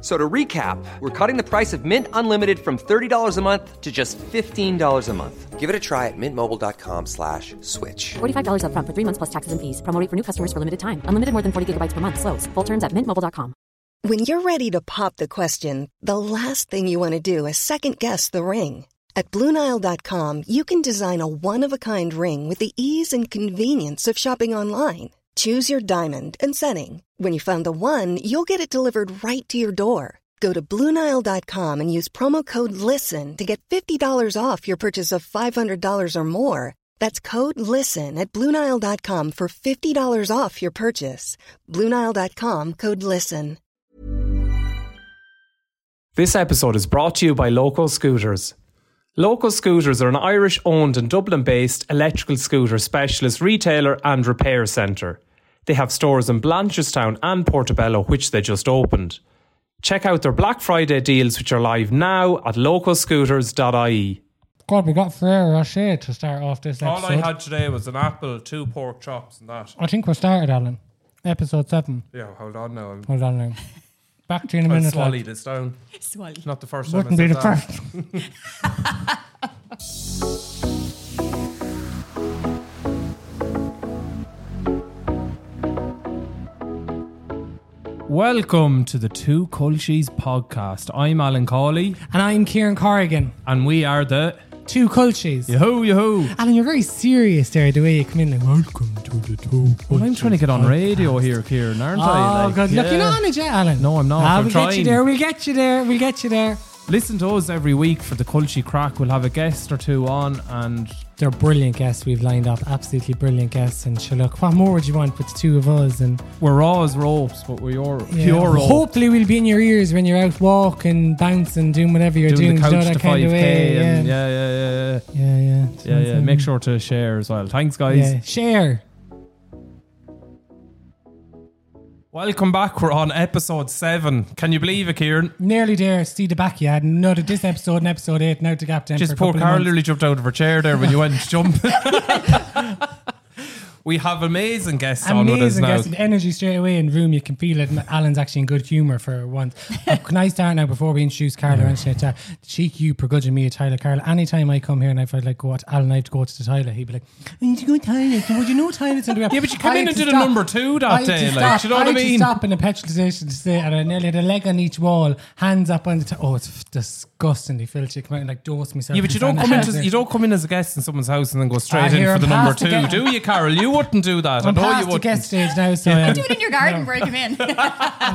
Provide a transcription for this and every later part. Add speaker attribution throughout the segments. Speaker 1: So to recap, we're cutting the price of Mint Unlimited from $30 a month to just $15 a month.
Speaker 2: Give it a try at mintmobile.com slash switch.
Speaker 3: $45 upfront for three months plus taxes and fees. Promo rate for new customers for limited time. Unlimited more than 40 gigabytes per month. Slows. Full terms at mintmobile.com.
Speaker 4: When you're ready to pop the question, the last thing you want to do is second guess the ring. At Bluenile.com, you can design a one of a kind ring with the ease and convenience of shopping online. Choose your diamond and setting. When you find the one, you'll get it delivered right to your door. Go to Bluenile.com and use promo code LISTEN to get $50 off your purchase of $500 or more. That's code LISTEN at Bluenile.com for $50 off your purchase. Bluenile.com code LISTEN.
Speaker 5: This episode is brought to you by Local Scooters. Local Scooters are an Irish owned and Dublin based electrical scooter specialist retailer and repair centre. They have stores in Blanchardstown and Portobello, which they just opened. Check out their Black Friday deals, which are live now at localscooters.ie.
Speaker 6: God, we got Ferrero Rocher to start off this episode. I,
Speaker 7: today was an apple, two pork chops, and that.
Speaker 6: think we're started, Alan. Episode 7.
Speaker 7: Yeah, hold on now. I'm,
Speaker 6: Hold on now. Back to you in a minute. lad.
Speaker 7: this down.
Speaker 3: Swally.
Speaker 7: Not the first
Speaker 6: Wouldn't be the first.
Speaker 7: Welcome to the Two Culshies podcast. I'm Alan Cawley,
Speaker 6: And I'm Kieran Corrigan.
Speaker 7: and we are the
Speaker 6: Two cultures.
Speaker 7: Yahoo Yahoo.
Speaker 6: Alan, you're very serious there, the way you come in. Like, Welcome to the Two
Speaker 7: Well, I'm trying to get on radio here, Kieran, aren't
Speaker 6: Oh,
Speaker 7: I? Like,
Speaker 6: God. Look, you're not on it yet, Alan.
Speaker 7: No, I'm not.
Speaker 6: Ah,
Speaker 7: I'm
Speaker 6: we'll get
Speaker 7: trying.
Speaker 6: you there. We'll get you there. We'll get you there.
Speaker 7: Listen to us every week for the Culshi Crack. We'll have a guest or two on, and
Speaker 6: They're brilliant guests we've lined up. Absolutely brilliant guests. And sure, look, what more would you want with the two of us? And
Speaker 7: we're raw as ropes, but we're your,
Speaker 6: Yeah.
Speaker 7: pure rope.
Speaker 6: Hopefully, we'll be in your ears when you're out walking, bouncing, doing whatever you're
Speaker 7: doing
Speaker 6: doing.
Speaker 7: the
Speaker 6: you know,
Speaker 7: couch
Speaker 6: that
Speaker 7: to
Speaker 6: kind
Speaker 7: 5K.
Speaker 6: of way.
Speaker 7: and
Speaker 6: yeah,
Speaker 7: yeah, yeah, yeah, yeah.
Speaker 6: yeah, yeah.
Speaker 7: Yeah, yeah. Make sure to share as well. Thanks, guys.
Speaker 6: Yeah. Share.
Speaker 7: Welcome back. We're on episode seven. Can you believe it, Kieran?
Speaker 6: Nearly there. See the back. You had noted this episode and episode eight. Now to gap down.
Speaker 7: Just
Speaker 6: for a
Speaker 7: poor
Speaker 6: couple of
Speaker 7: Carol
Speaker 6: months.
Speaker 7: literally jumped out of her chair there when you went to jump. we have amazing guests on with us
Speaker 6: Amazing
Speaker 7: now.
Speaker 6: guest and energy straight away in room. You can feel it. Alan's actually in good humour for once. Uh, can I start now before we introduce Carla or anything like that? Cheek you pergudging me a Tyler Carla. Anytime I come here and I felt like go out Alan I have to go to the toilet, he'd be like, I need to go to the toilet. Would you know toilets in the
Speaker 7: Yeah, but you come in and did a number two that
Speaker 6: I had to
Speaker 7: day, like,
Speaker 6: stop-
Speaker 7: do you know what I
Speaker 6: had to
Speaker 7: mean?
Speaker 6: stop in a petrol station to say, and I nearly had a leg on each wall, hands up on the. T- oh, it's f- disgustingly filthy. Come out and like dose myself.
Speaker 7: yeah, but you don't
Speaker 6: with
Speaker 7: come into
Speaker 6: sanitizer.
Speaker 7: you don't come in as a guest in someone's house and then go straight in
Speaker 6: here
Speaker 7: for
Speaker 6: I'm
Speaker 7: the number
Speaker 6: past the
Speaker 7: two,
Speaker 6: guest-
Speaker 7: do you, Carol? You wouldn't do that. I
Speaker 6: I'm
Speaker 7: know you
Speaker 6: past the
Speaker 7: wouldn't.
Speaker 6: guest stage now, so um,
Speaker 8: Do it in your garden where I come in.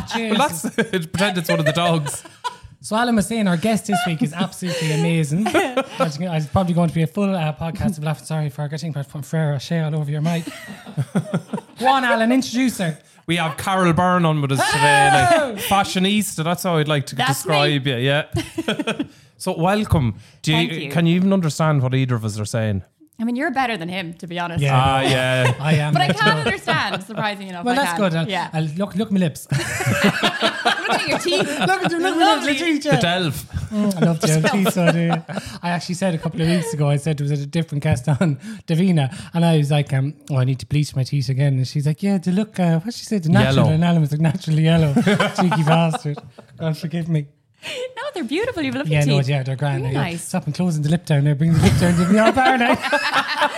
Speaker 6: cheers.
Speaker 7: Well, that's pretend it's one of the dogs.
Speaker 6: So Alan was saying our guest this week is absolutely amazing. It's probably going to be a full uh, podcast of laughing. Sorry for getting from Frere Shea all over your mic. Go on, Alan, introduce her.
Speaker 7: We have Carol Byrne on with us today, like fashionista. That's how I'd like to
Speaker 8: That's
Speaker 7: describe you. Yeah. so welcome. Do you,
Speaker 8: Thank you.
Speaker 7: Can you even understand what either of us are saying?
Speaker 8: I mean, you're better than him, to be honest.
Speaker 6: Yeah.
Speaker 7: Ah, yeah.
Speaker 6: I am.
Speaker 8: But I
Speaker 6: Let's
Speaker 8: can
Speaker 6: go.
Speaker 8: understand, surprising enough.
Speaker 6: Well,
Speaker 8: I
Speaker 6: that's
Speaker 8: can.
Speaker 6: good. I'll,
Speaker 8: Yeah.
Speaker 6: I'll look, look at my lips. look
Speaker 8: look at your teeth.
Speaker 6: at them, look at my lips. legit,
Speaker 7: The
Speaker 6: yeah.
Speaker 7: Delph.
Speaker 6: Mm, I love Joe so do I actually said a couple of weeks ago, I said there was a different guest on Davina, and I was like, um, oh, I need to bleach my teeth again. And she's like, yeah, to look, uh, what she said, the natural.
Speaker 7: Yellow.
Speaker 6: And Alan was like, naturally yellow. Cheeky bastard. God forgive me.
Speaker 8: No, they're beautiful. You love
Speaker 6: Yeah,
Speaker 8: your
Speaker 6: no,
Speaker 8: teeth.
Speaker 6: yeah, they're grand.
Speaker 8: Really
Speaker 6: yeah.
Speaker 8: nice.
Speaker 6: Stop and closing the lip down there. Bring the lip down. Give me all power now.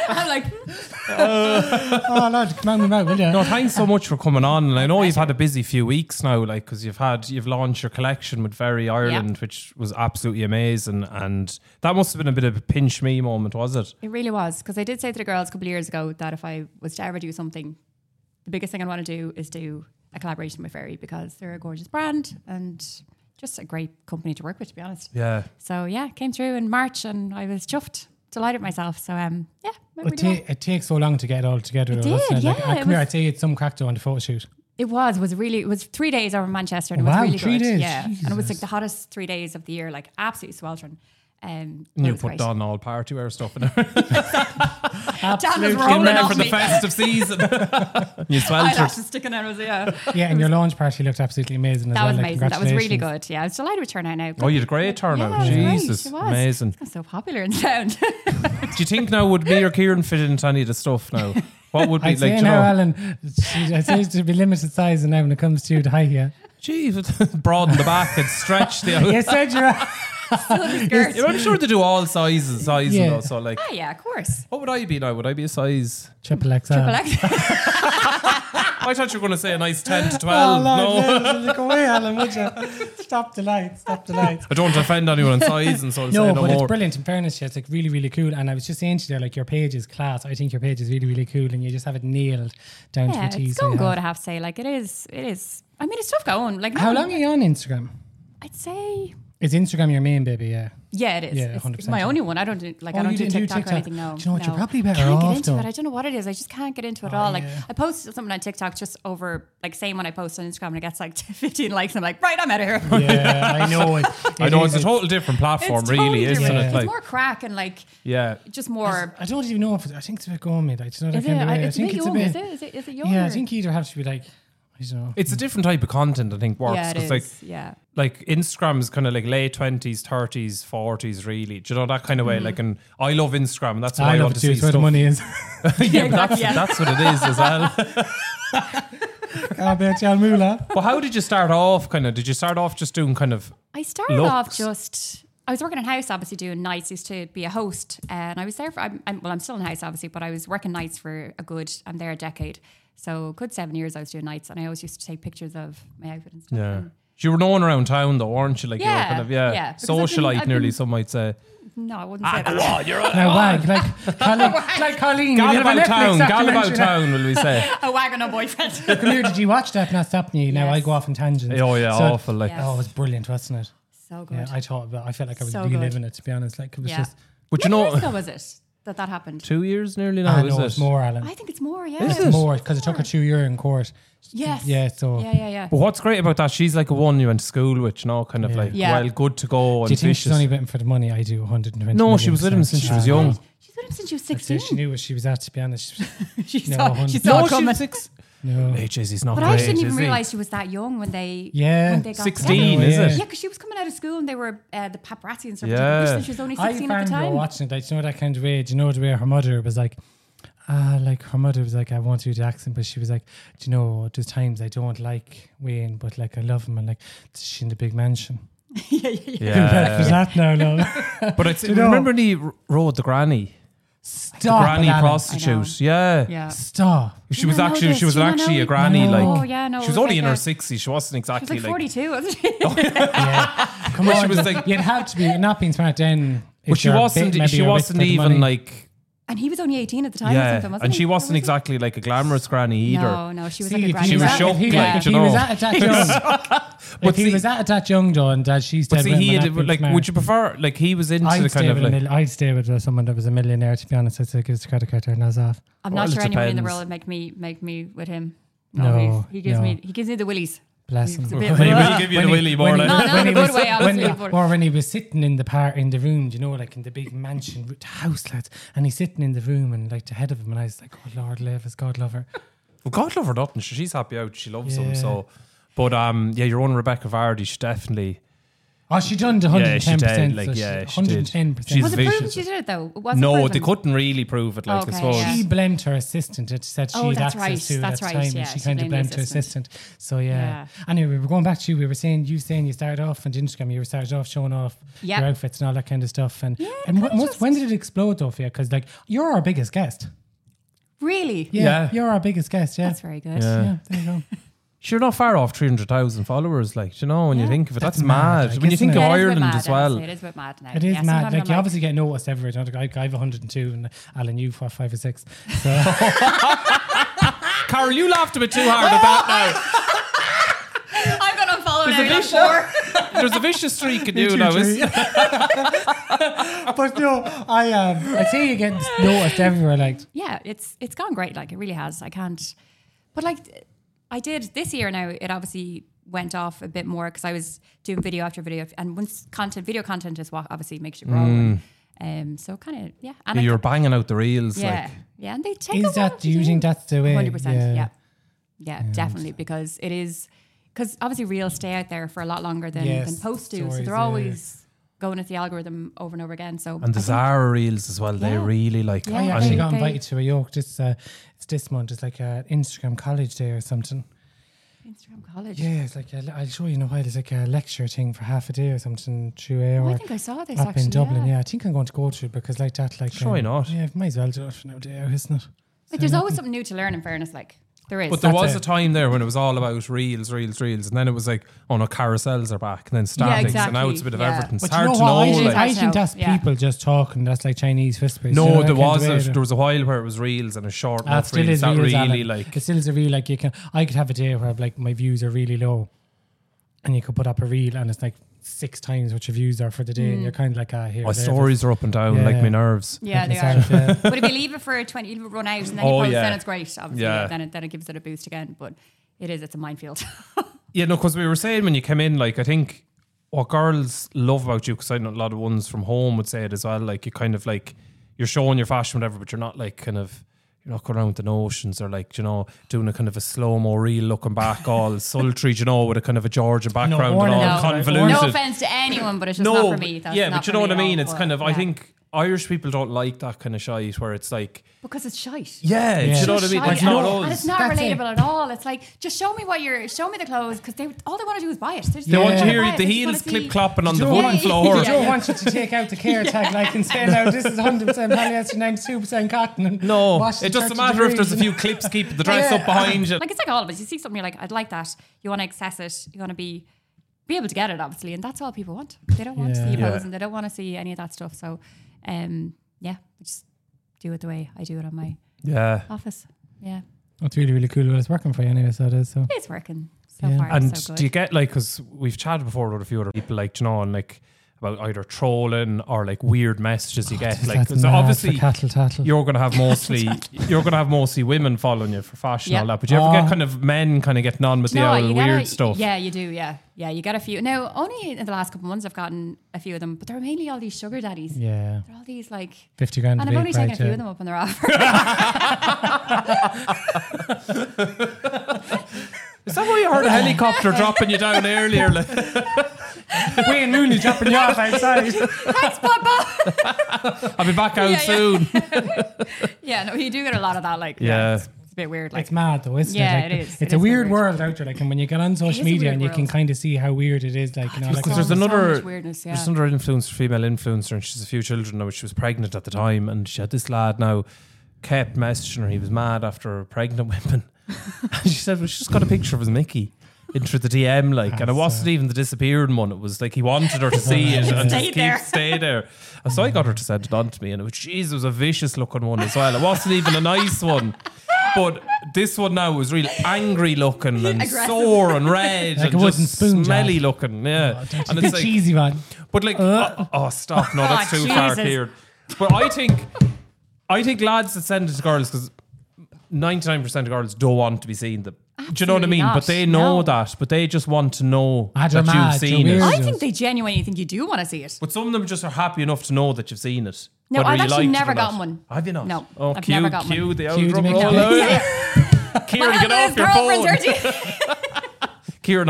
Speaker 8: I'm like, hmm.
Speaker 6: Oh, Lord, come on, me out, will you?
Speaker 7: No, thanks so much for coming on. And I know you've had a busy few weeks now, like because you've had you've launched your collection with Very Ireland, which was absolutely amazing. And that must have been a bit of a pinch me moment, was it?
Speaker 8: it really was. Because I did say to the girls a couple of years ago that if I was to ever do something, the biggest thing I want to do is do a collaboration with Fairy because they're a gorgeous brand and just a great company to work with, to be honest.
Speaker 7: Yeah.
Speaker 8: So yeah, came through in March and I was chuffed, delighted with myself. So um, yeah, went
Speaker 6: It,
Speaker 8: really well.
Speaker 6: ta- it takes so long to get it all together.
Speaker 8: It
Speaker 6: though, doesn't
Speaker 8: did,
Speaker 6: Like,
Speaker 8: yeah,
Speaker 6: I,
Speaker 8: it
Speaker 6: come here,
Speaker 8: was-
Speaker 6: I'd say it's some cacto on the photo shoot.
Speaker 8: It was. It was really. It was three days over in Manchester, and it was
Speaker 6: Wow,
Speaker 8: really
Speaker 6: three
Speaker 8: good.
Speaker 6: days.
Speaker 8: Yeah, and it was like the hottest three days of the year, like absolutely sweltering. Um,
Speaker 7: And
Speaker 8: it
Speaker 7: you
Speaker 8: was
Speaker 7: put
Speaker 8: great.
Speaker 7: on all party wear stuff in there.
Speaker 8: Dan was
Speaker 6: Absolutely
Speaker 8: rolling
Speaker 6: mad
Speaker 8: off
Speaker 7: for the
Speaker 8: me.
Speaker 7: festive season. you sweltered.
Speaker 8: Eyelashes sticking out. I was, yeah.
Speaker 6: Yeah, and your launch party looked absolutely amazing. as
Speaker 8: That
Speaker 6: well,
Speaker 8: was
Speaker 6: like,
Speaker 8: amazing. That was really
Speaker 6: congratulations.
Speaker 8: good. Yeah, I was delighted with turnout. Now,
Speaker 7: Oh, you had a great turnout.
Speaker 8: Yeah, it was
Speaker 7: Jesus,
Speaker 8: great. It was.
Speaker 7: amazing.
Speaker 8: It's so popular in sound.
Speaker 7: Do you think now would me or Kieran fit into any of the stuff now? What would be
Speaker 6: I'd
Speaker 7: like?
Speaker 6: say
Speaker 7: do you know,
Speaker 6: now, Alan, she- I'd say to be limited size now when it comes to the height here.
Speaker 7: Gee, broaden the back and stretch the.
Speaker 6: You said you're
Speaker 8: Skirt.
Speaker 7: You know, I'm sure they do all sizes, sizes.
Speaker 6: Yeah.
Speaker 7: though, So like,
Speaker 8: Ah, yeah, of course.
Speaker 7: what would I be now? Would I be a size?
Speaker 6: triple XL.
Speaker 8: Well, actually,
Speaker 7: I thought you were going to say a nice ten to
Speaker 6: Oh,
Speaker 7: twelve. no,
Speaker 6: Look away, Alan, would you? Stop the lights, stop the lights.
Speaker 7: I don't want to offend anyone in size, and so I'll
Speaker 6: No,
Speaker 7: say no
Speaker 6: but it's
Speaker 7: more.
Speaker 6: brilliant. In fairness, yeah, it's like really, really cool. And I was just saying to you, like your page is class. I think your page is really, really cool, and you just have it nailed down
Speaker 8: yeah,
Speaker 6: to the T.
Speaker 8: it's going good. I have to say, like it is. It is. I mean, it's tough going. Like
Speaker 6: How
Speaker 8: no-
Speaker 6: long are you on Instagram?
Speaker 8: I'd say.
Speaker 6: Is Instagram your main baby? Yeah.
Speaker 8: Yeah, it is.
Speaker 6: Yeah,
Speaker 8: It's- it's
Speaker 6: 100%,
Speaker 8: my
Speaker 6: yeah.
Speaker 8: only one. I don't do, like.
Speaker 6: Oh,
Speaker 8: I don't
Speaker 6: you
Speaker 8: do
Speaker 6: didn't do
Speaker 8: TikTok, or
Speaker 6: TikTok?
Speaker 8: anything. No.
Speaker 6: Do you know what? You're
Speaker 8: no.
Speaker 6: probably better
Speaker 8: can't
Speaker 6: off,
Speaker 8: get into
Speaker 6: though. Oh,
Speaker 8: it. I don't know what it is. I just can't get into it at all. Like I post something on TikTok just over like same when I post on Instagram and it gets like 15 likes. and I'm like, right, I'm out of here.
Speaker 6: Yeah, I know it.
Speaker 7: I
Speaker 6: it
Speaker 7: know
Speaker 6: is,
Speaker 7: it's a total different platform,
Speaker 8: It's
Speaker 7: really,
Speaker 8: totally
Speaker 7: isn't
Speaker 8: different.
Speaker 7: it?
Speaker 8: It's
Speaker 7: Like,
Speaker 8: more crack and like
Speaker 7: yeah,
Speaker 8: just more.
Speaker 6: I don't even know if it, I think it's a bit going mid. I just know that
Speaker 8: Is it?
Speaker 6: kind of
Speaker 8: I-
Speaker 6: way.
Speaker 8: It's
Speaker 6: I
Speaker 8: a
Speaker 6: think
Speaker 8: bit
Speaker 6: it's
Speaker 8: young.
Speaker 6: a
Speaker 8: Is
Speaker 6: bit.
Speaker 8: it? Is it? Is it young?
Speaker 6: Yeah, I
Speaker 8: or-
Speaker 6: think you either have to be like, I don't know.
Speaker 7: it's a different type of content. I think works
Speaker 8: Yeah, it
Speaker 7: 'cause,
Speaker 8: is.
Speaker 7: like
Speaker 8: yeah.
Speaker 7: like Instagram's kind of like late twenties, thirties, forties, really. Do you know that kind of way? Like, and I love Instagram. That's why I,
Speaker 6: I love
Speaker 7: want
Speaker 6: it
Speaker 7: to
Speaker 6: too.
Speaker 7: see
Speaker 6: It's where the
Speaker 7: stuff.
Speaker 6: money is.
Speaker 7: yeah, but that's,
Speaker 8: Yeah.
Speaker 7: that's what it is as well.
Speaker 6: I bet you, Almula.
Speaker 7: Well, how did you start off? Kind of, did you start off just doing kind of?
Speaker 8: I started
Speaker 7: looks.
Speaker 8: off just. I was working in house, obviously doing nights. Used to be a host, uh, and I was there for. I'm, I'm, well, I'm still in house, obviously, but I was working nights for a good. I'm there a decade, so a good seven years. I was doing nights, and I always used to take pictures of my outfit and stuff.
Speaker 7: Yeah.
Speaker 8: And
Speaker 7: You were known around town though, weren't you? Like you were
Speaker 8: Yeah,
Speaker 7: kind of yeah,
Speaker 8: yeah, because I've been-
Speaker 7: socialite
Speaker 8: I've
Speaker 7: nearly.
Speaker 8: been-
Speaker 7: Some might say.
Speaker 8: no, I wouldn't say
Speaker 7: Ah,
Speaker 8: that.
Speaker 7: you're on.
Speaker 6: Now, wag. Like, Colleen, like Colleen. you have a
Speaker 7: Galabout
Speaker 6: Netflix
Speaker 7: town, Galabout
Speaker 6: documentary now.
Speaker 7: town, will we say?
Speaker 8: A wag on a boyfriend.
Speaker 6: Come here, did you watch that? Not stopping you. Now I
Speaker 8: Yes.
Speaker 6: go off in tangents.
Speaker 7: oh yeah,
Speaker 6: So-
Speaker 7: awful. Like,
Speaker 8: Yeah.
Speaker 6: Oh, it was brilliant, wasn't it?
Speaker 8: so good.
Speaker 6: Yeah, I thought about I felt like I was
Speaker 8: So
Speaker 6: reliving it, to be honest. Like, it was
Speaker 8: Yeah.
Speaker 6: just.
Speaker 7: but you
Speaker 8: How many years
Speaker 7: know,
Speaker 8: ago was it that that happened?
Speaker 7: two years nearly now,
Speaker 6: I
Speaker 7: is
Speaker 6: know
Speaker 7: it?
Speaker 6: it's more, Alan.
Speaker 8: I think it's more. Yeah.
Speaker 7: Is it?
Speaker 6: more, because it took her two year in court.
Speaker 8: Yes.
Speaker 6: Yeah, so-
Speaker 8: Yeah, yeah, yeah.
Speaker 7: But what's great about that, she's like a one you went to school with, you know, kind of like,
Speaker 8: Yeah.
Speaker 7: well, good to go and
Speaker 6: Do you think she's
Speaker 7: vicious.
Speaker 6: only waiting for the money? I do 120.
Speaker 7: no, she was with him since she was young.
Speaker 8: She's with him since she was
Speaker 6: So
Speaker 8: sixteen.
Speaker 6: she knew what she was at, to be honest. She was-
Speaker 8: She
Speaker 6: No,
Speaker 8: saw.
Speaker 6: hun-
Speaker 8: she saw
Speaker 7: no,
Speaker 8: it
Speaker 7: she
Speaker 8: coming.
Speaker 7: was six.
Speaker 6: No.
Speaker 7: Ages, he's not
Speaker 8: But
Speaker 7: great.
Speaker 8: I didn't even
Speaker 7: is he?
Speaker 8: realize she was that young when they
Speaker 6: Yeah.
Speaker 8: when they got
Speaker 7: 16,
Speaker 8: together.
Speaker 7: is
Speaker 6: Yeah.
Speaker 7: it?
Speaker 8: Yeah, because she was coming out of school and they were uh, the paparazzi and stuff.
Speaker 7: Yeah.
Speaker 8: Yeah. She was only
Speaker 6: I
Speaker 8: 16 at
Speaker 6: found
Speaker 8: the
Speaker 6: her
Speaker 8: time.
Speaker 6: watching it, like, you know, that kind of way. Do you know the way her mother was like, ah, like her mother was like, I want to do the accent, but she was like, do you know, there's times I don't like Wayne, but like I love him, and like she's in the big mansion.
Speaker 8: yeah, yeah, yeah.
Speaker 6: Yeah.
Speaker 7: Yeah.
Speaker 6: that now, no.
Speaker 7: But it's,
Speaker 6: know-
Speaker 7: remember when he r- rode the granny?
Speaker 6: Stop,
Speaker 7: The granny
Speaker 6: Alan.
Speaker 7: prostitute. Yeah.
Speaker 8: yeah.
Speaker 6: Stop.
Speaker 7: She was
Speaker 8: not know
Speaker 7: actually
Speaker 8: this?
Speaker 7: she was
Speaker 8: Do you not
Speaker 7: actually
Speaker 8: know
Speaker 7: a
Speaker 8: it?
Speaker 7: granny
Speaker 6: No.
Speaker 7: like
Speaker 8: Oh, yeah, no,
Speaker 7: she
Speaker 8: it
Speaker 7: was
Speaker 8: was
Speaker 7: only
Speaker 8: like
Speaker 7: in her
Speaker 8: a-
Speaker 7: sixties she wasn't
Speaker 8: She was
Speaker 7: exactly
Speaker 8: like
Speaker 7: like, Oh.
Speaker 8: 42, wasn't she?
Speaker 6: Come on,
Speaker 7: she was
Speaker 6: you-
Speaker 7: like-
Speaker 6: you'd have to be not being smart then. if
Speaker 7: but she
Speaker 6: you're a
Speaker 7: wasn't
Speaker 6: bit- maybe
Speaker 7: she
Speaker 6: you're a bit
Speaker 7: wasn't
Speaker 6: for the
Speaker 7: even
Speaker 6: money.
Speaker 7: like
Speaker 8: and he was only 18 at the time or
Speaker 7: yeah
Speaker 8: something, wasn't
Speaker 7: and
Speaker 8: he?
Speaker 7: she
Speaker 8: Or was
Speaker 7: wasn't
Speaker 8: he?
Speaker 7: exactly like a glamorous granny
Speaker 8: No,
Speaker 7: either
Speaker 8: no, she was
Speaker 6: See,
Speaker 8: like a
Speaker 6: if
Speaker 8: granny.
Speaker 6: he
Speaker 7: She
Speaker 6: was
Speaker 7: was
Speaker 6: at-
Speaker 7: shocked,
Speaker 6: if he,
Speaker 7: like,
Speaker 6: if
Speaker 7: you
Speaker 6: he
Speaker 7: know.
Speaker 6: was at it that young, if
Speaker 7: But
Speaker 6: he
Speaker 7: see-
Speaker 6: was at it that young, John, that she's
Speaker 7: but
Speaker 6: dead.
Speaker 7: see
Speaker 6: right,
Speaker 7: he
Speaker 6: man,
Speaker 7: had,
Speaker 6: I'd be
Speaker 7: like
Speaker 6: smart.
Speaker 7: would you prefer like he was into the
Speaker 6: I'd
Speaker 7: kind
Speaker 6: stay,
Speaker 7: of
Speaker 6: with a
Speaker 7: like
Speaker 6: mil- I'd stay with uh, someone that was a millionaire, to be honest. I'd say give us the credit card there and that's off.
Speaker 8: I'm
Speaker 7: Well,
Speaker 8: not
Speaker 7: it
Speaker 8: sure anyone in the
Speaker 7: depends.
Speaker 8: world would make me make me with him.
Speaker 6: No,
Speaker 8: he's- he gives
Speaker 6: no.
Speaker 8: me he gives me the willies.
Speaker 6: Bless him.
Speaker 8: It's a bit-
Speaker 7: he will give you the
Speaker 6: When he-
Speaker 7: willy more
Speaker 6: when
Speaker 7: like
Speaker 6: he-
Speaker 8: No, not in
Speaker 6: when
Speaker 8: a
Speaker 6: he was-
Speaker 8: good way,
Speaker 6: when-
Speaker 8: obviously, but-
Speaker 6: Or when he was sitting in the par in the room, you know, like in the big mansion with the house, lads, and he's sitting in the room and like the head of him, and I was like, oh Lord, live as God love her.
Speaker 7: well, God love her nothing she's happy out she loves
Speaker 6: Yeah.
Speaker 7: him so but um yeah your own Rebecca Vardy she definitely
Speaker 6: Oh, she done the
Speaker 7: Yeah,
Speaker 6: hundred
Speaker 7: she did,
Speaker 6: and ten percent.
Speaker 7: like, yeah, she
Speaker 6: hundred
Speaker 7: did.
Speaker 6: and ten percent.
Speaker 7: She's
Speaker 8: Was it proven
Speaker 7: vicious.
Speaker 8: she did it though? It wasn't
Speaker 7: no
Speaker 8: proven.
Speaker 7: they couldn't really prove it like
Speaker 8: Okay,
Speaker 7: I suppose
Speaker 8: yeah.
Speaker 6: She blamed her assistant. It said she
Speaker 8: Oh,
Speaker 6: had
Speaker 8: that's
Speaker 6: access
Speaker 8: right,
Speaker 6: to
Speaker 8: that's
Speaker 6: at the
Speaker 8: right,
Speaker 6: time,
Speaker 8: yeah,
Speaker 6: and she
Speaker 8: she
Speaker 6: kind of
Speaker 8: blamed the
Speaker 6: blamed her
Speaker 8: assistant.
Speaker 6: assistant. So yeah. Anyway, we were going back to you. We were saying you saying you started off on Instagram. You were started off showing off
Speaker 8: Yeah.
Speaker 6: your outfits and all that kind of stuff. And and what,
Speaker 8: kinda
Speaker 6: most, when did it explode though? Yeah, because like you're our biggest guest.
Speaker 8: Really?
Speaker 6: Yeah,
Speaker 7: Yeah.
Speaker 6: you're our biggest guest. Yeah,
Speaker 8: That's very good.
Speaker 6: yeah. There you go.
Speaker 7: Sure, not far off 300,000 followers, like, you know, when you think of it, that's, mad.
Speaker 6: like,
Speaker 7: When you
Speaker 6: isn't
Speaker 7: think
Speaker 6: it?
Speaker 7: of
Speaker 8: Yeah, it is a bit
Speaker 7: Ireland
Speaker 8: mad,
Speaker 7: as well.
Speaker 8: honestly, It is a bit mad now.
Speaker 6: It is
Speaker 8: Yeah,
Speaker 6: mad.
Speaker 8: sometimes
Speaker 6: Like
Speaker 8: I'm
Speaker 6: you obviously get noticed everywhere. Don't you? I, I have 102, and Alan, you've got five or six. So
Speaker 7: Carol, you laughed a bit too hard at that there's, a vicious, there's a vicious streak in you
Speaker 6: two,
Speaker 7: now.
Speaker 6: three.
Speaker 7: is-
Speaker 6: but no, I um, I see you get noticed everywhere. Like
Speaker 8: yeah, it's it's gone great. Like it really has. I can't, but like I did this year now. It obviously went off a bit more because I was doing video after video, and once content, video content is what obviously makes you grow.
Speaker 6: Mm.
Speaker 8: Um, so kind of yeah, and I-
Speaker 7: You're banging out the reels.
Speaker 8: yeah,
Speaker 7: Like,
Speaker 8: yeah, and they take.
Speaker 6: is
Speaker 8: a while
Speaker 6: that?
Speaker 8: to
Speaker 6: Do you
Speaker 8: do.
Speaker 6: think that's the way?
Speaker 8: Hundred percent. Yeah. yeah, definitely because it is because obviously reels stay out there for a lot longer than,
Speaker 6: Yes,
Speaker 8: than posts do, so
Speaker 6: stories,
Speaker 8: they're
Speaker 6: yeah.
Speaker 8: always going at the algorithm over and over again. So
Speaker 7: and the Zara reels as well. They
Speaker 8: Yeah.
Speaker 7: really like.
Speaker 8: Yeah,
Speaker 6: I
Speaker 7: and-
Speaker 6: actually
Speaker 8: they-
Speaker 6: got
Speaker 8: they-
Speaker 6: invited to a York. This uh, it's this month. It's like uh, Instagram College Day or something.
Speaker 8: Instagram college.
Speaker 6: Yeah, it's like a, I'll show you in a while. It's like a lecture thing for half a day or something. True air.
Speaker 8: Oh, I
Speaker 6: or
Speaker 8: think I saw this
Speaker 6: up
Speaker 8: actually.
Speaker 6: in Dublin.
Speaker 8: yeah.
Speaker 6: Yeah. I think I'm going to go to it because like that. Like um,
Speaker 7: Sure not.
Speaker 6: Yeah, might as well do it for now, day out, isn't it?
Speaker 8: Like, there's
Speaker 6: Mm-hmm.
Speaker 8: always something new to learn. In fairness, like there is.
Speaker 7: But there
Speaker 6: That's
Speaker 7: was
Speaker 6: it.
Speaker 7: a time there when it was all about reels, reels, reels, and then it was like, oh no, carousels are back, and then statics, and now
Speaker 8: exactly,
Speaker 7: it's a bit of
Speaker 8: yeah.
Speaker 7: everything. It's
Speaker 6: But
Speaker 7: hard
Speaker 6: you know
Speaker 7: to
Speaker 6: what?
Speaker 7: know.
Speaker 6: I, think,
Speaker 7: like-
Speaker 6: I
Speaker 8: Hard to know,
Speaker 6: think that's
Speaker 8: yeah.
Speaker 6: people just talking. That's like Chinese whispers.
Speaker 7: no,
Speaker 6: you know, that
Speaker 7: there
Speaker 6: kind of way
Speaker 7: wasn't.
Speaker 6: that-
Speaker 7: There was a while where it was reels and a short
Speaker 6: Ah, it
Speaker 7: enough
Speaker 6: still
Speaker 7: reels
Speaker 6: is
Speaker 7: that
Speaker 6: reels,
Speaker 7: really
Speaker 6: Alan.
Speaker 7: like.
Speaker 6: it still is a reel. Like you can, I could have a day where like my views are really low, and you could put up a reel and it's like six times what your views are for the day,
Speaker 8: Mm.
Speaker 6: and you're kind of like, ah, here.
Speaker 7: My
Speaker 6: there,
Speaker 7: stories are up and down, like
Speaker 6: Yeah.
Speaker 7: my nerves.
Speaker 8: yeah, they
Speaker 6: that's-
Speaker 8: are.
Speaker 6: yeah.
Speaker 8: but if you leave it for 20, you'll run out, and then
Speaker 7: Oh,
Speaker 8: you post,
Speaker 7: yeah.
Speaker 8: then it's great. Obviously,
Speaker 7: Yeah.
Speaker 8: yeah, then it then it gives it a boost again. But it is, it's a minefield.
Speaker 7: Yeah, no, because we were saying when you came in, like I think what girls love about you, because I know a lot of ones from home would say it as well. Like you kind of like you're showing your fashion, whatever, but you're not like kind of you're not going around with the notions or like you know doing a kind of a slow mo reel, looking back, all sultry, you know, with a kind of a Georgian background and
Speaker 6: Orna
Speaker 7: all
Speaker 6: knows, right?
Speaker 7: convoluted.
Speaker 8: no offense to anyone, but it's just not for me. That's
Speaker 7: yeah,
Speaker 8: not
Speaker 7: but you
Speaker 8: for
Speaker 7: know
Speaker 8: me
Speaker 7: what I
Speaker 8: at all,
Speaker 7: mean. It's
Speaker 8: but,
Speaker 7: kind of I
Speaker 8: yeah.
Speaker 7: think Irish people don't like that kind of shite where it's like.
Speaker 8: because it's shite.
Speaker 7: Yeah,
Speaker 6: Yeah.
Speaker 7: do you know
Speaker 8: It's
Speaker 7: what I mean?
Speaker 8: shite,
Speaker 7: That's
Speaker 8: and-
Speaker 7: not
Speaker 8: and
Speaker 7: us.
Speaker 8: it's not
Speaker 6: That's it.
Speaker 8: relatable at all. It's like just show me what you're, show me the clothes because they all they want to do is buy it. They, just
Speaker 7: They want to
Speaker 6: Yeah.
Speaker 7: hear
Speaker 8: buy it.
Speaker 7: the
Speaker 8: They just wanna
Speaker 7: heels clip
Speaker 8: see-
Speaker 7: clapping on the
Speaker 6: Joe
Speaker 7: wooden
Speaker 6: wants-
Speaker 7: floor.
Speaker 6: Joe wants you to take out the care tag, like, and say, now this is 100% polyester, 92% cotton. And
Speaker 7: No,
Speaker 6: wash
Speaker 7: it doesn't
Speaker 6: 30
Speaker 7: matter if there's a
Speaker 6: degrees
Speaker 7: few clips keeping the dress up behind you.
Speaker 8: Like it's like all of us. You see something, you're like, I'd like that. You want to access it. You want to be be able to get it, obviously, and that's all people want. They don't want to see
Speaker 7: Yeah.
Speaker 8: pose and they don't want to see any of that stuff. So, um, yeah, I just do it the way I do it on my
Speaker 7: Yeah.
Speaker 8: office. Yeah,
Speaker 6: and- That's really, really cool. Well, it's working for you anyway, so it is. So.
Speaker 8: it's working so
Speaker 6: Yeah.
Speaker 8: far.
Speaker 7: And
Speaker 8: so good.
Speaker 7: do you get like, because we've chatted before with a few other people, like, do you know, and like about either trolling or like weird messages you get. Like,
Speaker 6: Oh, That's
Speaker 7: so
Speaker 6: mad for
Speaker 7: obviously
Speaker 6: cattle tattle.
Speaker 7: you're going to have mostly, you're going to have mostly women following you for fashion and all
Speaker 8: Yeah.
Speaker 7: that. But do you ever
Speaker 6: Oh.
Speaker 7: get kind of men kind of getting on with the old
Speaker 8: gotta-
Speaker 7: weird stuff?
Speaker 8: Yeah, you do. Yeah, yeah, you get a few. No, only in the last couple of months I've gotten a few of them, but they're mainly all these sugar daddies.
Speaker 6: yeah.
Speaker 8: They're all these like,
Speaker 6: 50 grand
Speaker 8: and
Speaker 6: to
Speaker 8: I've
Speaker 6: be
Speaker 8: only taken a
Speaker 6: right,
Speaker 8: few
Speaker 6: yeah.
Speaker 8: of them up on their offer.
Speaker 7: Is that why you heard a helicopter dropping you down earlier? Like,
Speaker 6: Wayne Mooney dropping you off outside.
Speaker 8: Thanks, Papa.
Speaker 7: I'll be back out
Speaker 8: Yeah, yeah.
Speaker 7: soon.
Speaker 8: Yeah, no, you do get a lot of that. Like,
Speaker 7: Yeah.
Speaker 8: yeah, it's, it's a bit weird. Like,
Speaker 6: It's mad though, isn't
Speaker 8: Yeah,
Speaker 6: it? Like,
Speaker 8: it is.
Speaker 6: It's
Speaker 8: It
Speaker 6: a
Speaker 8: is a
Speaker 6: weird
Speaker 8: weird-
Speaker 6: world out there. Like, and when you get on
Speaker 8: is a
Speaker 6: social media
Speaker 8: weird
Speaker 6: and you can
Speaker 8: world.
Speaker 6: kind of see how weird it is, like, you know, like,
Speaker 7: because there's
Speaker 8: so
Speaker 7: another
Speaker 8: much weirdness,
Speaker 7: there's
Speaker 8: yeah.
Speaker 7: another influencer, female influencer, and she has a few children now. She was pregnant at the time, and she had this lad now kept messaging her. He was mad after pregnant women, and she said, "Well, she just got a picture of his Mickey." Into the DM, like, and it wasn't even the disappearing one. It was like he wanted her to see it and just
Speaker 8: Stay
Speaker 7: keep
Speaker 8: there.
Speaker 7: stay there. And so I got her to send it on to me, and it was, jeez, it was a vicious looking one as well. It wasn't even a nice one, but this one now was real angry looking and
Speaker 8: Aggressive.
Speaker 7: sore and red
Speaker 6: Like
Speaker 7: and
Speaker 6: a
Speaker 7: just
Speaker 6: wooden spoon job.
Speaker 7: smelly looking. Yeah,
Speaker 6: Oh,
Speaker 7: and
Speaker 6: the cheesy one.
Speaker 7: but
Speaker 6: uh?
Speaker 7: like, oh, oh, stop! No, that's
Speaker 8: Oh,
Speaker 7: too far
Speaker 8: Jesus.
Speaker 7: cleared. But I think, I think lads that send it to girls because ninety nine percent of girls don't want to be seeing them. Do you know what I
Speaker 8: Absolutely
Speaker 7: mean?
Speaker 8: not.
Speaker 7: But they know
Speaker 8: No.
Speaker 7: that. But they just want to know
Speaker 6: Ah, they're
Speaker 7: that
Speaker 6: mad,
Speaker 7: you've
Speaker 6: they're
Speaker 7: seen it.
Speaker 6: weird.
Speaker 8: I think they genuinely think you do want to see it.
Speaker 7: But some of them just are happy enough to know that you've seen it.
Speaker 8: No,
Speaker 7: whether
Speaker 8: I've
Speaker 7: you
Speaker 8: actually
Speaker 7: liked it
Speaker 8: never
Speaker 7: or not.
Speaker 8: gotten one.
Speaker 7: Have you not?
Speaker 8: No,
Speaker 7: Oh,
Speaker 8: I've
Speaker 7: cue,
Speaker 8: never got
Speaker 7: cue
Speaker 8: one.
Speaker 7: the
Speaker 6: Cue
Speaker 7: old
Speaker 6: the
Speaker 7: drum
Speaker 6: big
Speaker 7: roll.
Speaker 6: noise.
Speaker 7: out.
Speaker 8: My
Speaker 7: Kieran, get
Speaker 8: husband
Speaker 7: off
Speaker 8: is
Speaker 7: your
Speaker 8: Uh, girlfriend's
Speaker 7: phone.
Speaker 8: are doing-
Speaker 7: Kieran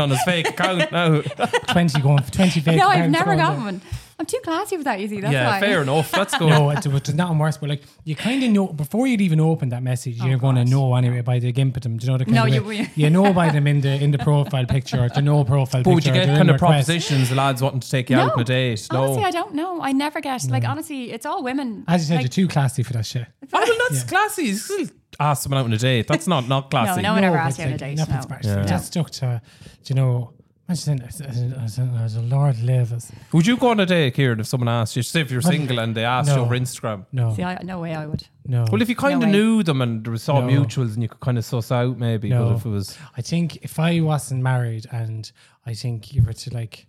Speaker 7: on his fake account now.
Speaker 6: 20 going for 20 fake
Speaker 8: no, I've
Speaker 6: pounds
Speaker 8: never
Speaker 6: going
Speaker 8: gotten
Speaker 6: there.
Speaker 8: one. I'm too classy for that. You see, that's
Speaker 7: yeah,
Speaker 8: why.
Speaker 7: fair enough. That's good.
Speaker 6: No, it's, it's nothing worse, but like you kind of know before you'd even open that message, you're going to know anyway by the gimp at them. Do you know the kind
Speaker 8: Oh, No,
Speaker 6: of
Speaker 8: you
Speaker 6: way-
Speaker 8: will.
Speaker 6: you know by them in the in the profile picture or the no profile
Speaker 7: But
Speaker 6: picture.
Speaker 7: would you
Speaker 6: or
Speaker 7: get
Speaker 6: they're in
Speaker 7: kind of
Speaker 6: request.
Speaker 7: propositions, lads wanting to take you out on a date? No.
Speaker 8: honestly, I don't know. I never get like honestly, it's all women.
Speaker 6: As you said,
Speaker 8: like,
Speaker 6: you're too classy for that shit.
Speaker 7: Oh, well, that's classy. You still ask someone out on a date. That's not not
Speaker 8: no,
Speaker 7: classy.
Speaker 8: no one ever
Speaker 6: No,
Speaker 8: asked
Speaker 6: but,
Speaker 8: you on a
Speaker 6: Oh, like,
Speaker 8: date.
Speaker 6: nothing's
Speaker 8: No.
Speaker 6: better. That's stuck to, do you know, imagine as, as, as, as a Lord live as.
Speaker 7: Would you go on a date, Kieran, if someone asked you, say if you're single and they asked you
Speaker 6: No.
Speaker 7: over Instagram?
Speaker 6: No.
Speaker 8: See, I, no way I would.
Speaker 6: No.
Speaker 7: Well, if you kind of
Speaker 9: way.
Speaker 7: knew them and there was some
Speaker 6: No.
Speaker 7: mutuals and you could kind of suss out maybe,
Speaker 6: No.
Speaker 7: but if it was
Speaker 6: I think if I wasn't married and I think you were to like,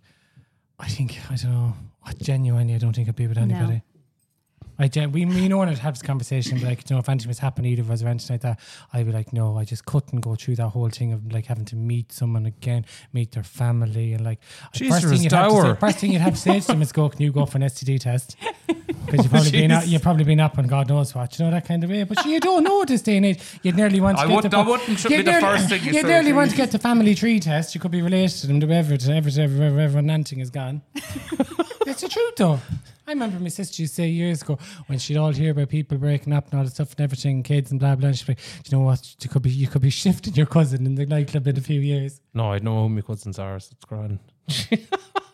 Speaker 6: I think, I don't know, I genuinely, I don't think I'd be with anybody. I gen- we, you know, when I'd have this conversation, like, you know, if anything was happening, either of us or anything like that, I'd be like, no, I just couldn't go through that whole thing of like having to meet someone again, meet their family, and like,
Speaker 7: Jeez,
Speaker 6: first
Speaker 7: you're
Speaker 6: thing,
Speaker 7: as
Speaker 6: you'd have to
Speaker 7: dour.
Speaker 6: say, first thing you'd have to say to them is, go, can you go for an STD test? Because you've probably been
Speaker 7: Jeez.
Speaker 6: up, you've probably been up on God knows what, you know, that kind of way. But you don't know this day and age. You'd nearly want to
Speaker 7: I
Speaker 6: get
Speaker 7: wouldn't-
Speaker 6: the
Speaker 7: I
Speaker 6: fu-
Speaker 7: wouldn't should be
Speaker 6: you'd
Speaker 7: the
Speaker 6: nearly-
Speaker 7: first thing you
Speaker 6: You'd
Speaker 7: say
Speaker 6: nearly
Speaker 7: to
Speaker 6: want
Speaker 7: me.
Speaker 6: to get the family tree test. You could be related to them, to whatever, to ever, to ever, ever, ever, Nanting is gone. It's the truth, though. I remember my sister used to say years ago when she'd all hear about people breaking up and all the stuff and everything, kids and blah blah. And she'd be, "Do you know what? You could be, you could be shifting your cousin in the nightclub in a few years.
Speaker 7: no, I'd know who my cousins are. So it's grand.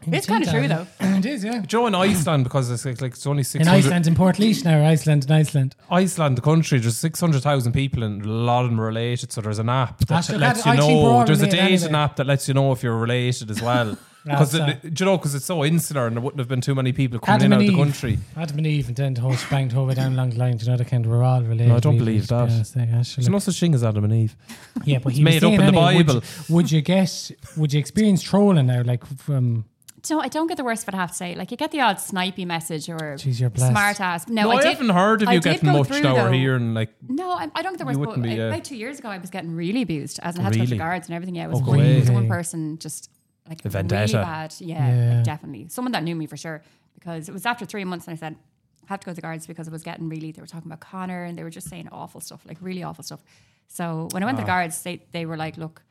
Speaker 8: It's kind of true though.
Speaker 6: it is, yeah.
Speaker 7: Joe in Iceland because it's like, like it's only
Speaker 6: In
Speaker 7: six hundred.
Speaker 6: Iceland, in Port Leash now, or Iceland, in Iceland.
Speaker 7: Iceland, the country, there's 600,000 people and a lot of them are related. So there's an app that
Speaker 6: That's-
Speaker 7: lets
Speaker 6: Ah, that-
Speaker 7: you
Speaker 6: I think we're
Speaker 7: know.
Speaker 6: all
Speaker 7: There's a
Speaker 6: related
Speaker 7: dating
Speaker 6: anyway.
Speaker 7: app that lets you know if you're related as well. Because
Speaker 6: Right, so-
Speaker 7: you know, 'cause it's so insular and there wouldn't have been too many people coming
Speaker 6: Adam
Speaker 7: in out
Speaker 6: and
Speaker 7: of the
Speaker 6: Eve.
Speaker 7: country.
Speaker 6: Adam and Eve and then the whole spanked over down along the line to another kind of we're all related.
Speaker 7: No, I don't
Speaker 6: really,
Speaker 7: believe
Speaker 6: to be
Speaker 7: that.
Speaker 6: honest, like, actually.
Speaker 7: There's no such thing as Adam and Eve.
Speaker 6: Yeah, but
Speaker 7: It's
Speaker 6: he was
Speaker 7: made up
Speaker 6: saying
Speaker 7: in the
Speaker 6: anyway, would
Speaker 7: Bible.
Speaker 6: you- Would you, get? Would you experience trolling now? Like from
Speaker 8: So I don't get the worst of it, I have to say. Like you get the odd snipey message or
Speaker 6: Jeez, you're blessed.
Speaker 8: smart ass. No,
Speaker 7: No, I,
Speaker 8: I, did,
Speaker 7: haven't heard of
Speaker 8: I
Speaker 7: you
Speaker 8: did
Speaker 7: getting
Speaker 8: go
Speaker 7: much
Speaker 8: through,
Speaker 7: now or
Speaker 8: though.
Speaker 7: hearing like
Speaker 8: No, I, I don't get the worst. But
Speaker 7: wouldn't be, uh,
Speaker 8: about two years ago, I was getting really abused as a head
Speaker 7: Really?
Speaker 8: of guards and everything. Yeah, it was
Speaker 7: Oh, go
Speaker 8: really
Speaker 7: away.
Speaker 8: it was one
Speaker 6: Really?
Speaker 8: person just like
Speaker 7: A vendetta.
Speaker 8: really bad. Yeah, like,
Speaker 6: Yeah.
Speaker 8: definitely someone that knew me for sure because it was after three months, and I said I have to go to the guards because it was getting really. They were talking about Connor and they were just saying awful stuff, like really awful stuff. So when I went to the guards, they they were like, "Look,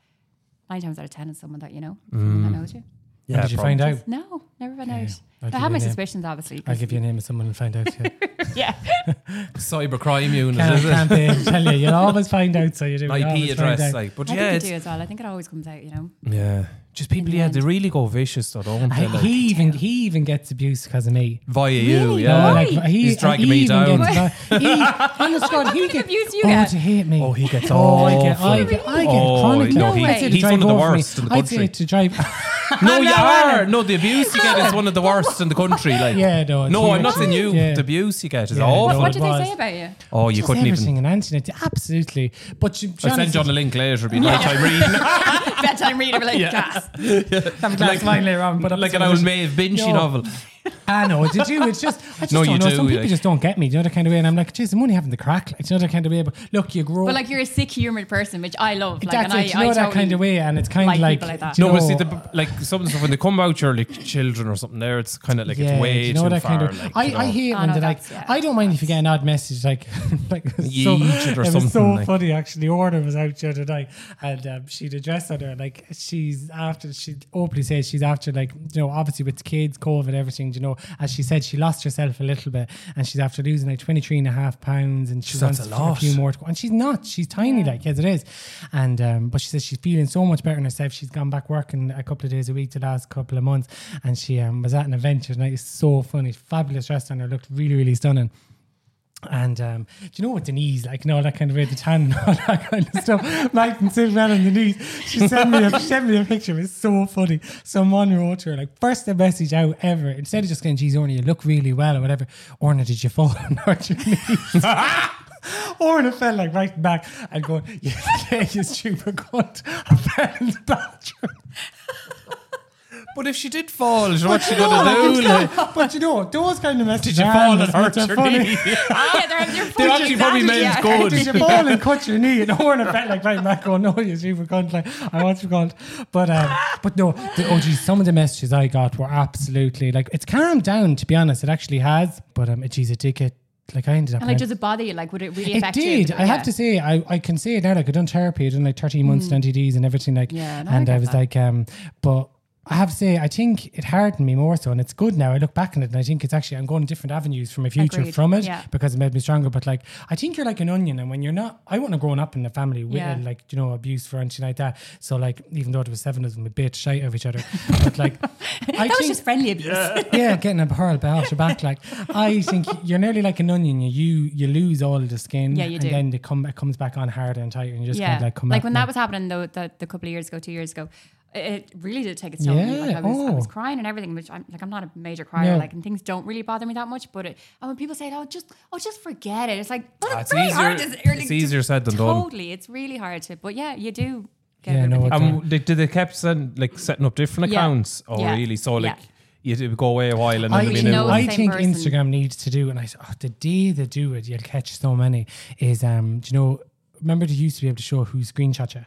Speaker 8: nine times out of ten, it's someone that you know, someone that knows you."
Speaker 6: yeah, did you find out?
Speaker 8: No, never been out.
Speaker 6: I'll
Speaker 8: I had
Speaker 6: give you
Speaker 8: my
Speaker 6: a name.
Speaker 8: suspicions, obviously. 'cause-
Speaker 6: I'll give you a name of someone and find out. Yeah.
Speaker 8: yeah.
Speaker 7: cybercrime unit,
Speaker 6: Can't,
Speaker 7: is it?
Speaker 6: can't they tell you? You'll always find out. So you do. You'll always
Speaker 7: IP
Speaker 6: find
Speaker 7: address,
Speaker 6: out.
Speaker 7: like, but
Speaker 8: I
Speaker 7: yeah,
Speaker 8: think you
Speaker 7: it's,
Speaker 8: do as well. I think it always comes out, you know.
Speaker 7: yeah, just people.
Speaker 8: the
Speaker 7: Yeah,
Speaker 8: end.
Speaker 7: they really go vicious, though, don't
Speaker 6: I-
Speaker 7: they? Like,
Speaker 6: he even he even gets abused because of me.
Speaker 7: via you, yeah.
Speaker 6: No, like, he,
Speaker 7: He's dragging
Speaker 6: he
Speaker 7: me down.
Speaker 6: even Gets, he, honest God,
Speaker 8: kind
Speaker 6: he
Speaker 8: of
Speaker 6: gets
Speaker 8: abuse you
Speaker 6: oh,
Speaker 8: get?
Speaker 6: to hate me.
Speaker 7: Oh, he gets
Speaker 6: Oh, I get,
Speaker 7: awful.
Speaker 6: I get, I get
Speaker 7: Oh,
Speaker 6: chronically.
Speaker 7: no, he-
Speaker 6: I'd say to
Speaker 7: he's
Speaker 6: drive
Speaker 7: one of the
Speaker 6: over me.
Speaker 7: worst in the
Speaker 6: I'd say
Speaker 7: country.
Speaker 6: to drive.
Speaker 7: No, you are. No, the abuse you get is one of the worst in the country. Like,
Speaker 6: Yeah, no, it's
Speaker 7: no, I'm not
Speaker 6: huge.
Speaker 7: saying you.
Speaker 6: Yeah.
Speaker 7: The abuse you get is
Speaker 6: Yeah,
Speaker 7: awful.
Speaker 6: no,
Speaker 8: What did
Speaker 6: it
Speaker 8: they
Speaker 6: was.
Speaker 8: say about you?
Speaker 7: Oh, you
Speaker 6: Just
Speaker 7: couldn't
Speaker 6: everything
Speaker 7: even.
Speaker 6: in Antoinette, absolutely. But you,
Speaker 7: I send John a link later. It'll be nighttime reading.
Speaker 8: Bedtime reader, like,
Speaker 7: Yeah.
Speaker 8: gas.
Speaker 6: have a glass of wine later on, but I'm
Speaker 7: like an
Speaker 6: sorry.
Speaker 7: old Maeve Binchy
Speaker 6: No.
Speaker 7: novel.
Speaker 6: I know. Did you? It's just I just
Speaker 7: No,
Speaker 6: don't
Speaker 7: you
Speaker 6: know.
Speaker 7: do,
Speaker 6: Some people
Speaker 7: like-
Speaker 6: just don't get me. The other kind of way, and I'm like, geez, I'm only having the crack. Like, the other kind of way, but look, you grow.
Speaker 8: But like you're a sick humoured person, which I love. Like,
Speaker 6: that's
Speaker 8: and
Speaker 6: it.
Speaker 8: I,
Speaker 6: you know
Speaker 8: I
Speaker 6: that
Speaker 8: totally
Speaker 6: kind of way, and it's kind of
Speaker 8: like
Speaker 6: like,
Speaker 8: people like that.
Speaker 6: do
Speaker 7: No,
Speaker 6: you
Speaker 7: but see,
Speaker 6: know-
Speaker 7: the, like some of the stuff when they come out, you're like children or something. There, it's kind of like
Speaker 6: yeah,
Speaker 7: it's way
Speaker 6: do you know
Speaker 7: too
Speaker 6: that
Speaker 7: far.
Speaker 6: kind of.
Speaker 7: like,
Speaker 6: I,
Speaker 7: you know.
Speaker 6: I hate
Speaker 8: Oh,
Speaker 6: when
Speaker 8: no,
Speaker 6: they like.
Speaker 8: that's- yeah,
Speaker 6: I don't mind if you get an odd message like like it was so,
Speaker 7: Yeet it or
Speaker 6: it
Speaker 7: something,
Speaker 6: was so
Speaker 7: like-
Speaker 6: funny actually. Order was out the other night, and um, she'd address on her like she's after she openly says she's after like you know obviously with kids, COVID, everything. do You know, as she said, she lost herself a little bit, and she's after losing like 23 and a half pounds, and she
Speaker 7: That's
Speaker 6: wants
Speaker 7: a
Speaker 6: a,
Speaker 7: lot.
Speaker 6: few more. To go. And she's not. She's tiny, like yes, it is. And um, but she says she's feeling so much better in herself. She's gone back working a couple of days a week the last couple of months, and she um, was at an event the other night. It's so funny, fabulous restaurant. It looked really, really stunning. And um, do you know what the knees like and all that kind of way, the tan and all that kind of stuff? Mike and sitting around on the knees. She sent me a she sent me a picture. It's so funny. Someone wrote to her like first the message out ever. Instead of just going, "Geez, Orna, you look really well" or whatever. Orna, did you fall on your knees? Orna fell like right back and going, "Yeah, you stupid cunt, I fell in the bathroom."
Speaker 7: But if she did fall, you know what she gonna
Speaker 6: Oh,
Speaker 7: do? Like,
Speaker 6: it's not- but you know those kind of messages.
Speaker 7: did you
Speaker 6: are
Speaker 7: fall
Speaker 6: harmless,
Speaker 7: and
Speaker 6: but
Speaker 7: hurt
Speaker 6: they're
Speaker 7: your
Speaker 6: funny.
Speaker 7: knee?
Speaker 8: Yeah, they're, they're
Speaker 7: They
Speaker 8: full of
Speaker 7: actually probably
Speaker 8: disadvantage,
Speaker 7: meant
Speaker 8: yeah.
Speaker 7: good.
Speaker 6: Did you fall and cut your knee? And Owen felt like right back going, no, you super cunt. Like, I want to cunt. But, um, but no, the, oh, geez, some of the messages I got were absolutely like, it's calmed down, to be honest. It actually has. But, um, geez, it did get, like, I ended up.
Speaker 8: And like,
Speaker 6: going-
Speaker 8: does it bother you? Like, would it really
Speaker 6: it
Speaker 8: affect you?
Speaker 6: did. I have
Speaker 8: Yeah. Mm.
Speaker 6: to say, I, I can say it now. Like I've done therapy, I've done like 13 months and NTDs and everything. Like,
Speaker 8: Yeah, no, I
Speaker 6: and I,
Speaker 8: get
Speaker 6: was
Speaker 8: that.
Speaker 6: like, um, but I have to say, I think it hardened me more so, and it's good now. I look back on it, and I think it's actually I'm going different avenues for my future
Speaker 8: Agreed.
Speaker 6: from it
Speaker 8: Yeah.
Speaker 6: because it made me stronger. But like, I think you're like an onion, and when you're not, I wouldn't have grown up in a family with
Speaker 8: Yeah.
Speaker 6: uh, like you know abuse for anything like that. So like, even though there was seven of them, we bit shite of each other. But like, I
Speaker 8: That was
Speaker 6: think-
Speaker 8: just friendly abuse. Yeah.
Speaker 6: yeah, getting a pearl out your back. Like I think you're nearly like an onion. You you, you lose all the skin.
Speaker 8: Yeah, you
Speaker 6: and
Speaker 8: do.
Speaker 6: then they come it comes back on harder and tighter, and you just kind of like come
Speaker 8: like
Speaker 6: back
Speaker 8: when
Speaker 6: now.
Speaker 8: that was happening though, the, the couple of years ago, two years ago, It really did take its toll. on me. Like
Speaker 6: Yeah,
Speaker 8: I was, I was
Speaker 6: oh.
Speaker 8: crying and everything, which I'm like I'm not a major crier,
Speaker 6: No.
Speaker 8: like and things don't really bother me that much. But it, and when people say, "Oh, just oh, just forget it," it's like, but
Speaker 7: Ah,
Speaker 8: it's
Speaker 7: it's
Speaker 8: very
Speaker 7: easier-
Speaker 8: hard. to- or, like,
Speaker 7: it's easier said than done.
Speaker 8: totally, it's really hard to. But yeah, you do. Get
Speaker 6: Yeah,
Speaker 8: rid of
Speaker 6: no,
Speaker 8: it.
Speaker 6: it's-
Speaker 7: Um, they, did they kept send, like setting up different
Speaker 8: uh, Yeah.
Speaker 7: accounts? Oh,
Speaker 8: Yeah.
Speaker 7: really? So like
Speaker 8: Yeah.
Speaker 7: you you go away a while and then
Speaker 6: I,
Speaker 7: there'll be
Speaker 8: you
Speaker 7: a new
Speaker 8: know
Speaker 7: one.
Speaker 6: I
Speaker 8: the same
Speaker 6: think
Speaker 8: person.
Speaker 6: Instagram needs to do, and I s- oh, the day they do it, you'll catch so many. Is um, do you know? Remember, they used to be able to show who screenshot you.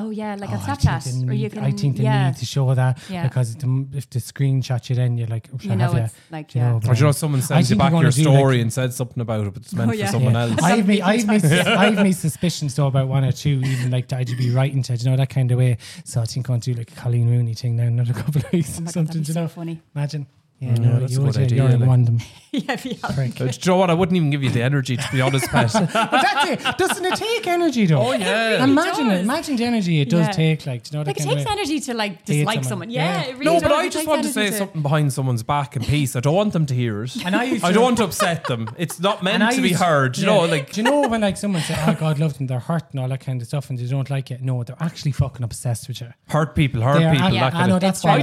Speaker 8: Oh yeah, like on
Speaker 6: Oh, I think
Speaker 8: Snapchat,
Speaker 6: they
Speaker 8: or you
Speaker 6: need-
Speaker 8: can.
Speaker 6: I think they
Speaker 8: yeah,
Speaker 6: need to show that
Speaker 8: Yeah.
Speaker 6: because if the, if the screenshot you, then you're like, "Oh,
Speaker 8: You know
Speaker 6: have
Speaker 8: it's like,
Speaker 6: do you
Speaker 8: yeah.
Speaker 6: know,
Speaker 7: Or do you know
Speaker 6: um,
Speaker 7: someone
Speaker 6: I
Speaker 7: sends you
Speaker 6: think they're
Speaker 7: back
Speaker 6: gonna
Speaker 7: your
Speaker 6: do, like,
Speaker 7: story and said something about it, but it's meant
Speaker 8: Oh, yeah.
Speaker 7: for someone
Speaker 6: yeah.
Speaker 7: else?
Speaker 6: I've made,
Speaker 8: Somebody
Speaker 6: I've made, I've made suspicions though about one or two, even like the IGB writing to, do you know, that kind of way. So I think I'll do like a Colleen Rooney thing now, another couple of weeks
Speaker 8: Oh
Speaker 6: or
Speaker 8: my God,
Speaker 6: something,
Speaker 8: that'd
Speaker 6: do
Speaker 8: be
Speaker 6: you
Speaker 8: so
Speaker 6: know.
Speaker 8: funny.
Speaker 6: Imagine. Yeah,
Speaker 7: Mm,
Speaker 6: no,
Speaker 7: that's a
Speaker 6: you're,
Speaker 7: good
Speaker 6: you're,
Speaker 7: idea,
Speaker 6: you're
Speaker 7: like-
Speaker 6: one of them.
Speaker 8: yeah, if you have-
Speaker 6: Prick.
Speaker 7: Uh, do you know what? I wouldn't even give you the energy to be honest, Pat.
Speaker 6: But that's it. Doesn't it take energy though? Oh
Speaker 7: yeah.
Speaker 6: Imagine
Speaker 8: does.
Speaker 6: it. Imagine the energy it does
Speaker 8: Yeah.
Speaker 6: take. Like, do you know, that
Speaker 8: Like it
Speaker 6: kind of
Speaker 8: takes
Speaker 6: way.
Speaker 8: energy to like
Speaker 6: Hate
Speaker 8: dislike someone.
Speaker 6: someone.
Speaker 8: Yeah,
Speaker 6: Yeah.
Speaker 8: it really
Speaker 7: no, but
Speaker 8: does.
Speaker 7: I
Speaker 8: It
Speaker 7: just
Speaker 8: takes
Speaker 7: want to say
Speaker 8: energy
Speaker 7: something behind someone's back in peace. I don't want them to hear it.
Speaker 6: And I used
Speaker 7: I
Speaker 6: to-
Speaker 7: don't want to upset them. It's not meant to be
Speaker 6: used-
Speaker 7: heard. You
Speaker 6: yeah.
Speaker 7: know, like
Speaker 6: do you know when like someone says, "Oh God, love them," they're hurt and all that kind of stuff, and they don't like it. No, they're actually fucking obsessed with you.
Speaker 7: hurt people, hurt
Speaker 6: They are-
Speaker 7: people.
Speaker 6: I,
Speaker 7: that
Speaker 6: I
Speaker 7: kind
Speaker 6: know
Speaker 7: of-
Speaker 6: that's
Speaker 7: I
Speaker 6: why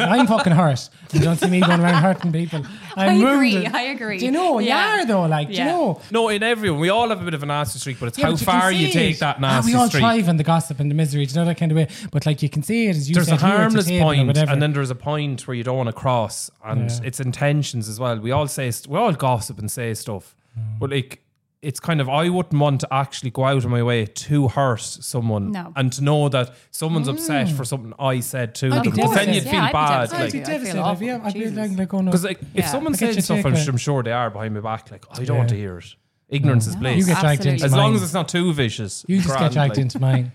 Speaker 6: I'm fucking hurt. You don't see me going around hurting people. I'm
Speaker 8: I agree,
Speaker 6: wounded.
Speaker 8: I agree.
Speaker 6: Do you know?
Speaker 8: Yeah.
Speaker 6: You are though. Like, do
Speaker 8: Yeah.
Speaker 6: you know?
Speaker 7: No, in everyone, we all have a bit of a nasty streak, but it's
Speaker 6: Yeah,
Speaker 7: how
Speaker 6: but you can
Speaker 7: far
Speaker 6: see
Speaker 7: you
Speaker 6: it.
Speaker 7: take that nasty
Speaker 6: ah, we all
Speaker 7: streak.
Speaker 6: thrive on the gossip and the misery, do you know that kind of way. But like you can see it as you
Speaker 7: there's a
Speaker 6: said here, it's
Speaker 7: harmless
Speaker 6: table or
Speaker 7: point,
Speaker 6: whatever.
Speaker 7: and then there's a point where you don't want to cross, and
Speaker 6: Yeah.
Speaker 7: it's intentions as well. We all say st- we all gossip and say stuff,
Speaker 6: Mm.
Speaker 7: but like it's kind of I wouldn't want to actually go out of my way to hurt someone,
Speaker 8: No.
Speaker 7: and to know that someone's upset
Speaker 6: Mm.
Speaker 7: for something I said too.
Speaker 6: I'd be
Speaker 7: them, because then
Speaker 6: devastated.
Speaker 7: you'd feel
Speaker 8: Yeah, I'd be
Speaker 7: bad.
Speaker 8: devastated.
Speaker 7: Like,
Speaker 6: I'd be
Speaker 8: I'd feel
Speaker 6: devastated. I'd
Speaker 8: awful.
Speaker 6: be, I'd be
Speaker 8: Jesus.
Speaker 6: like, like, oh no.
Speaker 7: Because like if
Speaker 8: Yeah.
Speaker 7: someone
Speaker 6: I get
Speaker 7: says
Speaker 6: your
Speaker 7: stuff,
Speaker 6: take,
Speaker 7: I'm
Speaker 6: like-
Speaker 7: I'm sure they are behind my back. Like I don't want to hear it. Ignorance is bliss.
Speaker 6: you get dragged
Speaker 8: Absolutely.
Speaker 6: into
Speaker 7: as
Speaker 6: mine.
Speaker 7: long as it's not too vicious.
Speaker 6: you just
Speaker 7: grand,
Speaker 6: get dragged
Speaker 7: like-
Speaker 6: into mine.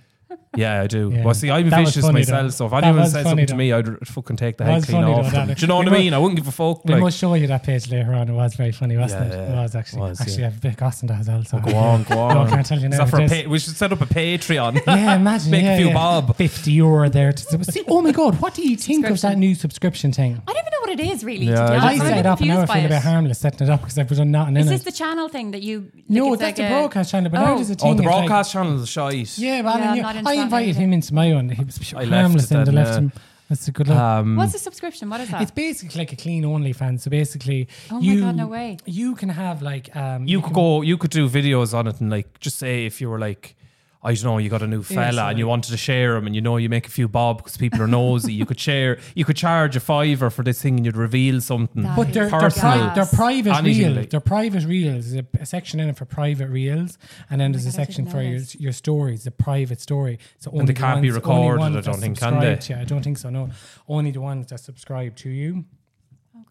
Speaker 7: Yeah, I do.
Speaker 6: Yeah.
Speaker 7: Well, see, I'm
Speaker 6: That was
Speaker 7: vicious
Speaker 6: funny,
Speaker 7: myself,
Speaker 6: though.
Speaker 7: so if
Speaker 6: That
Speaker 7: anyone
Speaker 6: was
Speaker 7: said
Speaker 6: funny,
Speaker 7: something to
Speaker 6: though.
Speaker 7: me, I'd r- fucking take the
Speaker 6: That
Speaker 7: head
Speaker 6: was
Speaker 7: clean
Speaker 6: funny,
Speaker 7: off.
Speaker 6: though,
Speaker 7: them.
Speaker 6: that-
Speaker 7: Do you know what I
Speaker 6: we
Speaker 7: mean?
Speaker 6: must-
Speaker 7: I wouldn't give a fuck.
Speaker 6: We
Speaker 7: Like,
Speaker 6: must show you that page later on. It was very funny, wasn't
Speaker 7: Yeah,
Speaker 6: it?
Speaker 7: yeah.
Speaker 6: It was actually.
Speaker 7: Was,
Speaker 6: actually,
Speaker 7: yeah.
Speaker 6: I've a bit of gossip that as well. So
Speaker 7: go on, go on.
Speaker 6: No, I can't tell you
Speaker 7: Is
Speaker 6: now.
Speaker 7: that for a
Speaker 6: it is.
Speaker 7: pa- we should set up a Patreon.
Speaker 6: yeah, imagine.
Speaker 7: Make
Speaker 6: yeah,
Speaker 7: a few
Speaker 6: yeah.
Speaker 7: bob. Oh,
Speaker 6: 50 euro there. To see, oh my God, what do you think of that
Speaker 8: Subscription.
Speaker 6: new subscription thing?
Speaker 8: I don't even know what it is really.
Speaker 7: Yeah,
Speaker 8: to be
Speaker 7: I
Speaker 8: honest.
Speaker 6: I
Speaker 8: I'm a
Speaker 6: set
Speaker 8: bit
Speaker 6: it up and now I
Speaker 8: confused by
Speaker 6: feel a bit
Speaker 8: it.
Speaker 6: harmless setting it up because I put on nothing in
Speaker 8: Is
Speaker 6: it.
Speaker 8: this the channel thing that you? like,
Speaker 6: no,
Speaker 8: it's
Speaker 6: that's
Speaker 8: like
Speaker 6: the
Speaker 8: a-
Speaker 6: broadcast channel, but how
Speaker 8: Oh.
Speaker 6: does it
Speaker 7: oh, the
Speaker 6: think it's like-
Speaker 7: broadcast channel is shite.
Speaker 6: Yeah, well,
Speaker 8: Yeah,
Speaker 6: Alan,
Speaker 8: I'm
Speaker 6: you-
Speaker 8: not into
Speaker 6: I
Speaker 8: that
Speaker 6: invited
Speaker 8: either.
Speaker 6: him into my one. He was
Speaker 7: I left
Speaker 6: harmless
Speaker 7: it
Speaker 6: and I
Speaker 7: then,
Speaker 6: left
Speaker 7: yeah. Uh,
Speaker 6: him. That's a good look.
Speaker 8: What's the subscription? What is that?
Speaker 6: It's basically like a clean only fan. So basically,
Speaker 8: Oh my
Speaker 6: you,
Speaker 8: God, no way.
Speaker 6: You can have like um,
Speaker 7: You
Speaker 6: can
Speaker 7: could go. You could do videos on it and like just say if you were like. I don't know. You got a new fella,
Speaker 6: so
Speaker 7: and you wanted to share him, and you know you make a few bob because people are nosy. you could share. You could charge a fiver for this thing, and you'd reveal something.
Speaker 8: That
Speaker 6: But they're, they're,
Speaker 7: personal.
Speaker 6: pri- they're private
Speaker 7: Anything
Speaker 6: reels.
Speaker 7: like-
Speaker 6: They're private reels. There's a, a section in it for private reels, and
Speaker 8: Oh
Speaker 6: then there's a section
Speaker 8: know
Speaker 6: for your,
Speaker 8: this.
Speaker 6: your stories, the private story. So only
Speaker 7: they
Speaker 6: the
Speaker 7: can't be
Speaker 6: ones-
Speaker 7: recorded,
Speaker 6: Only ones
Speaker 7: I don't
Speaker 6: that
Speaker 7: think, can they?
Speaker 6: subscribe to you. I don't think so. No, only the ones that subscribe to you.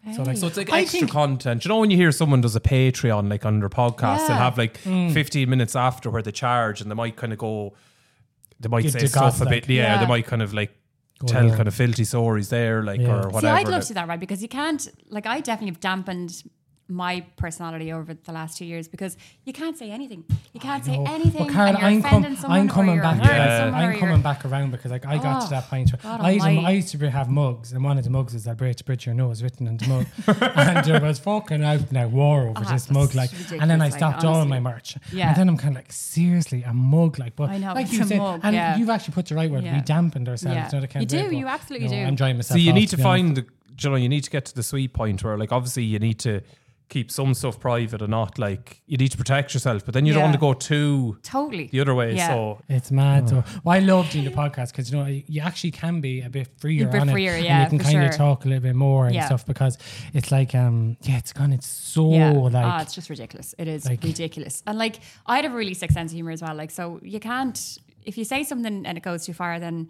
Speaker 8: Okay.
Speaker 6: So like,
Speaker 7: So it's like
Speaker 6: I
Speaker 7: extra
Speaker 6: think-
Speaker 7: content. You know when you hear someone does a Patreon like on their
Speaker 8: Yeah.
Speaker 7: podcast,
Speaker 8: Mm.
Speaker 7: they'll have like 15 minutes after where they charge and they might kind of go they might
Speaker 6: Give
Speaker 7: say
Speaker 6: the
Speaker 7: stuff a
Speaker 6: gossip.
Speaker 7: bit, yeah,
Speaker 8: Yeah.
Speaker 7: they might kind of like tell
Speaker 6: there.
Speaker 7: kind of filthy stories there, like
Speaker 6: Yeah.
Speaker 7: or
Speaker 6: See,
Speaker 7: whatever.
Speaker 8: See, I'd love
Speaker 7: Like,
Speaker 8: to do that, right? Because you can't, like, I definitely have dampened my personality over the last two years because you can't say anything. You can't say
Speaker 6: No.
Speaker 8: anything.
Speaker 6: But Carl,
Speaker 8: and you're
Speaker 6: I'm, com-
Speaker 8: offending someone
Speaker 6: I'm
Speaker 8: or
Speaker 6: coming
Speaker 8: you're
Speaker 6: back.
Speaker 8: hurting
Speaker 7: Yeah.
Speaker 8: someone or
Speaker 6: I'm
Speaker 8: you're-
Speaker 6: coming back around because like I got
Speaker 8: Oh,
Speaker 6: to that point. Where
Speaker 8: God
Speaker 6: I, used to, I
Speaker 8: almighty.
Speaker 6: used to have mugs, and one of the mugs is "I bridge bridge your nose" written on the mug, and there was fucking out now war over
Speaker 8: Ah,
Speaker 6: this
Speaker 8: that's
Speaker 6: mug. Like, and then I
Speaker 8: ridiculous, like,
Speaker 6: stopped all my
Speaker 8: honestly.
Speaker 6: merch.
Speaker 8: Yeah.
Speaker 6: And then I'm kind of like, seriously, a mug like, but
Speaker 8: I know,
Speaker 6: like
Speaker 8: it's
Speaker 6: you
Speaker 8: a
Speaker 6: said,
Speaker 8: mug,
Speaker 6: and
Speaker 8: yeah.
Speaker 6: you've actually put the right word.
Speaker 8: Yeah.
Speaker 6: We dampened ourselves.
Speaker 8: Yeah.
Speaker 6: Not a kind
Speaker 8: You
Speaker 6: of way,
Speaker 8: do,
Speaker 6: but,
Speaker 8: you absolutely do.
Speaker 6: I'm drying myself.
Speaker 7: so you
Speaker 6: off,
Speaker 7: need to
Speaker 6: be honest.
Speaker 7: find the you know, you need to get to the sweet point where like obviously you need to keep some stuff private and not like you need to protect yourself, but then you don't
Speaker 8: Yeah.
Speaker 7: want to go too
Speaker 8: Totally.
Speaker 7: the other way.
Speaker 8: Yeah.
Speaker 7: So
Speaker 6: It's mad.
Speaker 7: Oh.
Speaker 6: though. Well, I love doing the podcast because you know you actually can be a bit freer
Speaker 8: You're a bit
Speaker 6: on it,
Speaker 8: freer,
Speaker 6: and
Speaker 8: yeah,
Speaker 6: you can
Speaker 8: for
Speaker 6: kind of
Speaker 8: sure.
Speaker 6: talk a little bit more and
Speaker 8: Yeah.
Speaker 6: stuff because it's like um yeah, it's gone. It's so
Speaker 8: Yeah. ah,
Speaker 6: like
Speaker 8: it's just ridiculous. It is
Speaker 6: Like-
Speaker 8: ridiculous. And like, I have a really sick sense of humor as well. Like, so you can't, if you say something and it goes too far, then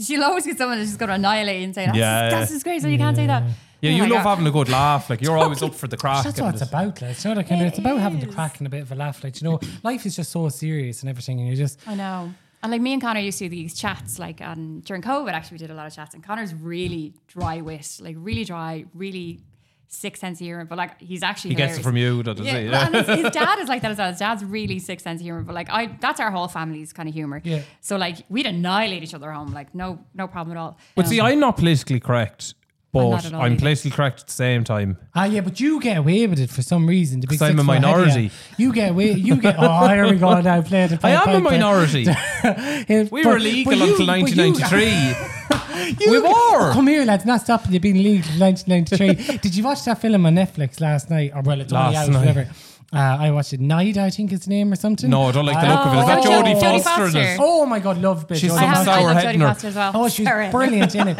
Speaker 8: she'll always get someone that's just going to annihilate you and say, "Oh, that's,
Speaker 7: Yeah.
Speaker 8: that's disgraceful. You can't say that.
Speaker 7: yeah,
Speaker 8: Oh
Speaker 7: you
Speaker 8: my
Speaker 7: love
Speaker 8: God.
Speaker 7: having a good laugh. Like you're always up for the crack.
Speaker 6: that's
Speaker 7: and
Speaker 6: what it's
Speaker 7: just-
Speaker 6: about. Like, it's not like kind of, it's about having the crack and a bit of a laugh. Like you know, life is just so serious and everything, and you just
Speaker 8: I know. And like me and Connor used to do these chats, like um, during COVID, actually, we did a lot of chats. And Connor's really dry wit, like really dry, really sick sense of humor. But like, he's actually
Speaker 7: He gets it
Speaker 8: hilarious.
Speaker 7: from you, that is it.
Speaker 8: well, and his, his dad is like that as well. His dad's really sick sense of humor, but like I, that's our whole family's kind of humor.
Speaker 6: Yeah.
Speaker 8: So like we'd annihilate each other at home, like no, no problem at all.
Speaker 7: But see, I'm not politically correct
Speaker 8: I'm
Speaker 7: but
Speaker 8: not at
Speaker 7: I'm,
Speaker 8: all either.
Speaker 7: politically correct at the same time.
Speaker 6: Ah, yeah, but you get away with it for some reason. the big
Speaker 7: 'Cause I'm
Speaker 6: six
Speaker 7: a
Speaker 6: foot head of
Speaker 7: minority.
Speaker 6: You. you get away. You get. Oh, here we go now. Play the.
Speaker 7: I
Speaker 6: play-
Speaker 7: am
Speaker 6: play-
Speaker 7: a
Speaker 6: play.
Speaker 7: minority.
Speaker 6: Here,
Speaker 7: We
Speaker 6: but-
Speaker 7: were
Speaker 6: but
Speaker 7: legal
Speaker 6: you-
Speaker 7: until
Speaker 6: but you-
Speaker 7: 1993.
Speaker 6: You
Speaker 7: We were.
Speaker 6: get- Oh, come here, lads. Not stopping you being legal in 1993. Did you watch that film on Netflix last night? Or well, it's only
Speaker 7: Last
Speaker 6: out,
Speaker 7: night.
Speaker 6: whatever. Uh, I watched it. Nida, I think his name or something.
Speaker 7: no, I don't like the
Speaker 6: Uh,
Speaker 7: look of it. Is that
Speaker 8: Oh,
Speaker 7: Jodie
Speaker 8: Jodie
Speaker 7: Foster, in
Speaker 8: Foster.
Speaker 7: it?
Speaker 6: Oh my God, love bitch.
Speaker 7: She's
Speaker 6: oh,
Speaker 8: I
Speaker 7: some
Speaker 8: have
Speaker 7: sour
Speaker 8: I love Jodie
Speaker 7: Hetner.
Speaker 8: Foster as well.
Speaker 6: Oh, she's
Speaker 8: Sorry.
Speaker 6: brilliant in it.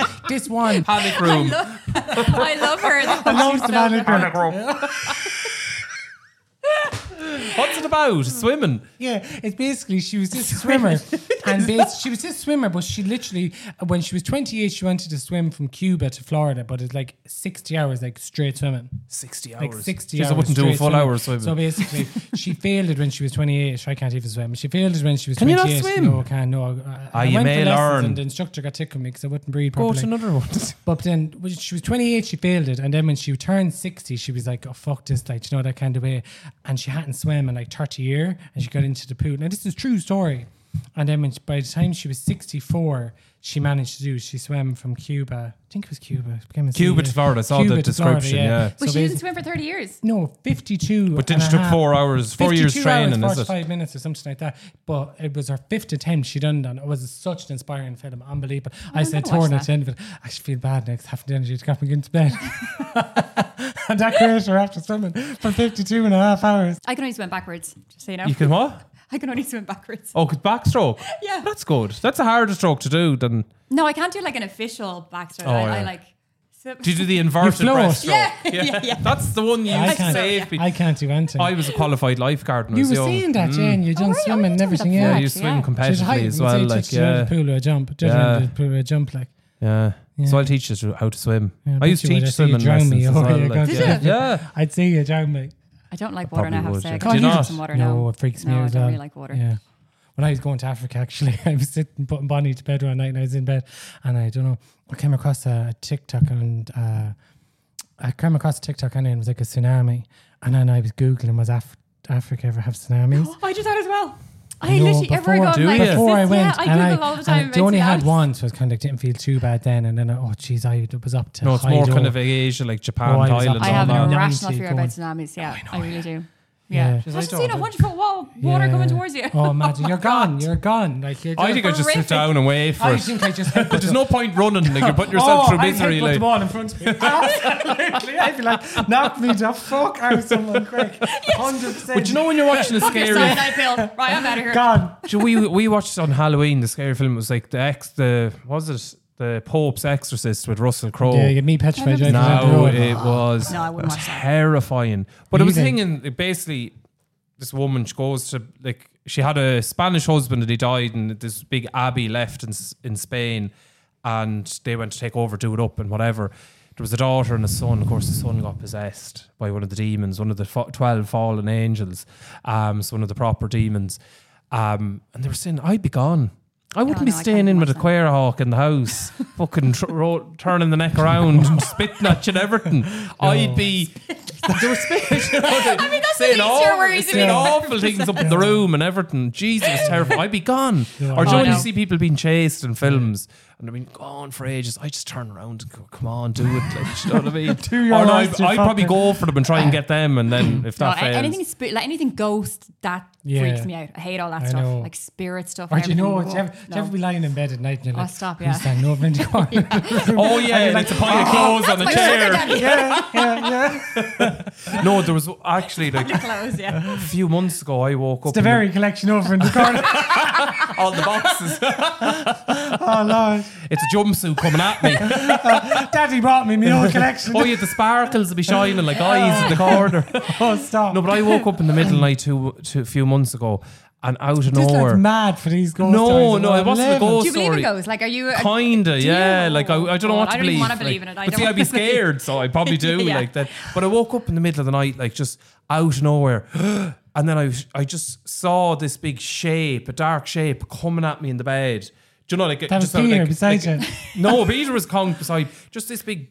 Speaker 6: This one.
Speaker 7: Panic room.
Speaker 8: I love her.
Speaker 6: I love the manager.
Speaker 7: What's it about? Swimming.
Speaker 6: Yeah, it's basically she was this swimmer, and bas- she was this swimmer, but she literally, when she was 28, she wanted to swim from Cuba to Florida, but it's like 60 hours, like straight swimming.
Speaker 7: 60 hours.
Speaker 6: Like 60
Speaker 7: Jeez,
Speaker 6: hours.
Speaker 7: I wouldn't do a
Speaker 6: straight
Speaker 7: full
Speaker 6: swimming.
Speaker 7: hour swimming.
Speaker 6: So basically, she failed it when she was 28. I can't even swim. She failed it when she was
Speaker 7: Can you not
Speaker 6: 28.
Speaker 7: swim? Ah,
Speaker 6: No, I can't. No. I, I
Speaker 7: you
Speaker 6: went for
Speaker 7: may
Speaker 6: lessons
Speaker 7: learn.
Speaker 6: And the instructor got tickling me because I wouldn't breathe
Speaker 7: Go
Speaker 6: properly.
Speaker 7: to another one.
Speaker 6: But then when she was 28, she failed it. And then when she turned 60, she was like, oh, fuck this, like, you know, that kind of way. And she hadn't swam in like 30 year and she got into the pool. Now, this is a true story. And then when she- by the time she was 64, she managed to do, she swam from Cuba. I think it was Cuba. It became a sea
Speaker 7: Cuba
Speaker 6: year.
Speaker 7: to Florida. I saw the
Speaker 6: to Florida,
Speaker 7: description,
Speaker 8: But
Speaker 7: yeah.
Speaker 6: So
Speaker 8: she
Speaker 6: basically-
Speaker 8: didn't swim for 30 years.
Speaker 6: no, 52.
Speaker 7: But then she
Speaker 6: and a
Speaker 7: took
Speaker 6: half-
Speaker 7: four hours, four years
Speaker 6: 52 hours,
Speaker 7: training, is it?
Speaker 6: 45 minutes or something like that. But it was her fifth attempt she done that. It was such an inspiring film, unbelievable. I
Speaker 8: gonna
Speaker 6: said to her
Speaker 8: watch
Speaker 6: at the end of it, I should feel bad next half the energy to get me into bed. and that created her after swimming for 52 and a half hours.
Speaker 8: I can only swim backwards, just so you know.
Speaker 7: You can what?
Speaker 8: I can only swim backwards.
Speaker 7: Oh, 'cause backstroke.
Speaker 8: Yeah.
Speaker 7: That's good. That's a harder stroke to do than.
Speaker 8: No, I can't do like an official backstroke.
Speaker 7: Oh,
Speaker 8: I,
Speaker 7: yeah.
Speaker 8: I like. swim-
Speaker 7: Do you do the inverted
Speaker 6: float.
Speaker 7: breaststroke?
Speaker 8: Yeah, yeah, yeah.
Speaker 7: That's the one you
Speaker 6: I
Speaker 7: used to
Speaker 6: can't,
Speaker 7: save people.
Speaker 6: I can't do anything.
Speaker 7: I was a qualified lifeguard when I
Speaker 6: you
Speaker 7: was
Speaker 6: were
Speaker 7: young. Mm.
Speaker 6: saying that, Jane. You done
Speaker 8: right, oh,
Speaker 6: swimming
Speaker 8: you
Speaker 6: and
Speaker 8: told me that
Speaker 6: everything,
Speaker 7: yeah,
Speaker 6: yeah.
Speaker 8: before.
Speaker 7: you
Speaker 8: Correct,
Speaker 7: swim
Speaker 8: yeah.
Speaker 6: She's high,
Speaker 7: competitively as well. Like,
Speaker 6: yeah.
Speaker 7: yeah.
Speaker 6: pool or a jump,
Speaker 7: Yeah.
Speaker 6: yeah. pool or a jump, like.
Speaker 7: Yeah. So
Speaker 6: Yeah.
Speaker 7: I'll teach you how to swim.
Speaker 6: Yeah,
Speaker 7: I
Speaker 6: bet
Speaker 7: used to
Speaker 6: you would.
Speaker 7: teach
Speaker 6: I'd see you
Speaker 7: swimming
Speaker 6: drown
Speaker 7: lessons
Speaker 6: me.
Speaker 7: as
Speaker 6: Oh,
Speaker 7: well.
Speaker 6: yeah,
Speaker 7: like,
Speaker 6: God,
Speaker 7: yeah.
Speaker 6: yeah.
Speaker 7: yeah.
Speaker 6: I'd see you drown me.
Speaker 8: I don't like water and I have to
Speaker 7: probably would,
Speaker 8: say.
Speaker 7: yeah.
Speaker 8: I
Speaker 7: Do
Speaker 8: can't
Speaker 7: you
Speaker 8: do
Speaker 7: not?
Speaker 8: some water now.
Speaker 6: No, it freaks me
Speaker 8: No,
Speaker 6: out.
Speaker 8: I
Speaker 6: as
Speaker 8: don't
Speaker 6: well.
Speaker 8: really like water.
Speaker 6: Yeah. When I was going to Africa, actually, I was sitting putting Bonnie to bed one night, and I was in bed, and I don't know, I came across a TikTok, and uh, I came across a TikTok, and it was like a tsunami, and then I was googling, was Af- Africa ever have tsunamis?
Speaker 8: Oh, I do that as well. I
Speaker 6: No,
Speaker 8: literally everywhere I go, I'm
Speaker 7: Do
Speaker 8: like,
Speaker 7: you?
Speaker 8: this
Speaker 7: Before
Speaker 8: is-
Speaker 6: I went,
Speaker 8: yeah, I
Speaker 6: and
Speaker 8: Google all the time.
Speaker 6: and
Speaker 8: it
Speaker 6: I only
Speaker 8: makes me
Speaker 6: had
Speaker 8: laugh.
Speaker 6: one, so it kind of didn't feel too bad then, and then I, oh jeez, I was up to
Speaker 7: No, it's
Speaker 6: high
Speaker 7: more kind
Speaker 6: door.
Speaker 7: of Asia, like Japan,
Speaker 6: Oh, I was up-
Speaker 7: Thailand,
Speaker 8: I
Speaker 6: No,
Speaker 8: have
Speaker 7: all
Speaker 6: no,
Speaker 8: an
Speaker 7: that.
Speaker 6: no.
Speaker 8: irrational
Speaker 6: Nancy,
Speaker 8: fear
Speaker 6: go on.
Speaker 8: about tsunamis. Yeah, I, really do. Yeah,
Speaker 6: Yeah.
Speaker 8: Just
Speaker 6: She's
Speaker 8: just seeing a wonderful wall water
Speaker 6: Yeah.
Speaker 8: coming towards you.
Speaker 6: Oh, imagine you're gone, you're gone. Like you're
Speaker 7: I think I just sit
Speaker 8: Horrific.
Speaker 7: down and wait for
Speaker 6: I
Speaker 7: it.
Speaker 6: think I just hit the
Speaker 7: There's no point running. Like you're putting
Speaker 6: Oh,
Speaker 7: yourself through misery.
Speaker 6: I'd put the
Speaker 7: Like
Speaker 6: ball in front of me. Absolutely. I'd be like, knock me the fuck out of someone quick. 100%.
Speaker 7: But you know when you're watching a
Speaker 8: Your
Speaker 7: scary
Speaker 8: cyanide pill. Right, I'm out of here.
Speaker 6: God.
Speaker 7: So we we watched on Halloween the scary film was like the ex the what was it the Pope's Exorcist with Russell Crowe.
Speaker 6: Yeah, you get me petrified. right down the
Speaker 7: no,
Speaker 6: road.
Speaker 7: it was
Speaker 8: No, I wouldn't watch that.
Speaker 7: terrifying. But I was
Speaker 6: Really?
Speaker 7: thinking like, basically this woman she goes to like she had a Spanish husband and he died and this big abbey left in S- in Spain and they went to take over, do it up and whatever. There was a daughter and a son. Of course, the son got possessed by one of the demons, one of the fo- twelve fallen angels. Um, so one of the proper demons. Um, and they were saying, "I'd be gone. I wouldn't
Speaker 8: no,
Speaker 7: be
Speaker 8: I
Speaker 7: staying
Speaker 8: can't
Speaker 7: in with a
Speaker 8: watch
Speaker 7: queer hawk in the house, fucking tr- ro- turning the neck around and spitting at you and everything. I'd be they were spitting. I mean,
Speaker 8: that's the least you're worried
Speaker 7: saying
Speaker 8: about.
Speaker 7: awful things up in the room and everything. Jesus, it's terrible. I'd be gone. Or do
Speaker 8: Oh,
Speaker 7: you know when you
Speaker 8: no.
Speaker 7: see people being chased in films? And I've been gone for ages. I just turn around and go, come on, do it. Like, you know what I mean?
Speaker 6: Do your
Speaker 7: or no,
Speaker 6: eyes
Speaker 7: I'd,
Speaker 6: to
Speaker 7: I'd probably
Speaker 6: fucking-
Speaker 7: go for them and try and get them. And then if
Speaker 8: No,
Speaker 7: that
Speaker 8: a-
Speaker 7: fails.
Speaker 8: anything spirit, like anything ghost, that
Speaker 6: Yeah.
Speaker 8: freaks me out. I hate all that
Speaker 6: I
Speaker 8: stuff,
Speaker 6: know.
Speaker 8: like spirit stuff.
Speaker 6: Or do you know,
Speaker 8: everything.
Speaker 6: do you ever, do you
Speaker 8: No.
Speaker 6: ever be lying in bed at night and you're
Speaker 8: Oh,
Speaker 6: like,
Speaker 8: stop,
Speaker 6: who's
Speaker 8: yeah.
Speaker 6: standing over in the corner?
Speaker 7: oh, yeah. And it's a pile of clothes on a
Speaker 8: My sugar
Speaker 7: chair.
Speaker 8: daddy.
Speaker 6: yeah, yeah, yeah.
Speaker 7: No, there was actually like a
Speaker 8: Clothes, yeah.
Speaker 7: few months ago, I woke up.
Speaker 6: It's the
Speaker 7: in
Speaker 6: very collection over in the corner.
Speaker 7: all the boxes.
Speaker 6: Oh, Lord.
Speaker 7: It's a jumpsuit coming at me.
Speaker 6: Daddy bought me my old collection.
Speaker 7: Oh, yeah, the sparkles will be shining like eyes in the corner.
Speaker 6: Oh, stop.
Speaker 7: No, but I woke up in the middle of the night two, two, a few months ago and out of
Speaker 6: this
Speaker 7: nowhere.
Speaker 6: lad's mad for these ghost
Speaker 7: No,
Speaker 6: stories.
Speaker 7: no, it wasn't a
Speaker 6: Eleven.
Speaker 7: ghost
Speaker 8: Do you believe
Speaker 7: sorry.
Speaker 8: in ghosts? Like, are you? a-
Speaker 7: Kinda,
Speaker 8: Do
Speaker 7: yeah.
Speaker 8: you?
Speaker 7: Like I, I don't know
Speaker 8: Oh,
Speaker 7: what to
Speaker 8: I don't
Speaker 7: believe.
Speaker 8: even wanna
Speaker 7: like,
Speaker 8: believe in it. I
Speaker 7: but
Speaker 8: don't
Speaker 7: see, I'd be
Speaker 8: wanna believe.
Speaker 7: scared, so I probably do
Speaker 8: Yeah.
Speaker 7: like that. But I woke up in the middle of the night, like just out of nowhere, and then I was- I just saw this big shape, a dark shape, coming at me in the bed. Do you know, like it
Speaker 6: That was
Speaker 7: just sounded
Speaker 6: Peter
Speaker 7: like,
Speaker 6: beside
Speaker 7: like-
Speaker 6: you.
Speaker 7: No, Peter was calm beside. Just this big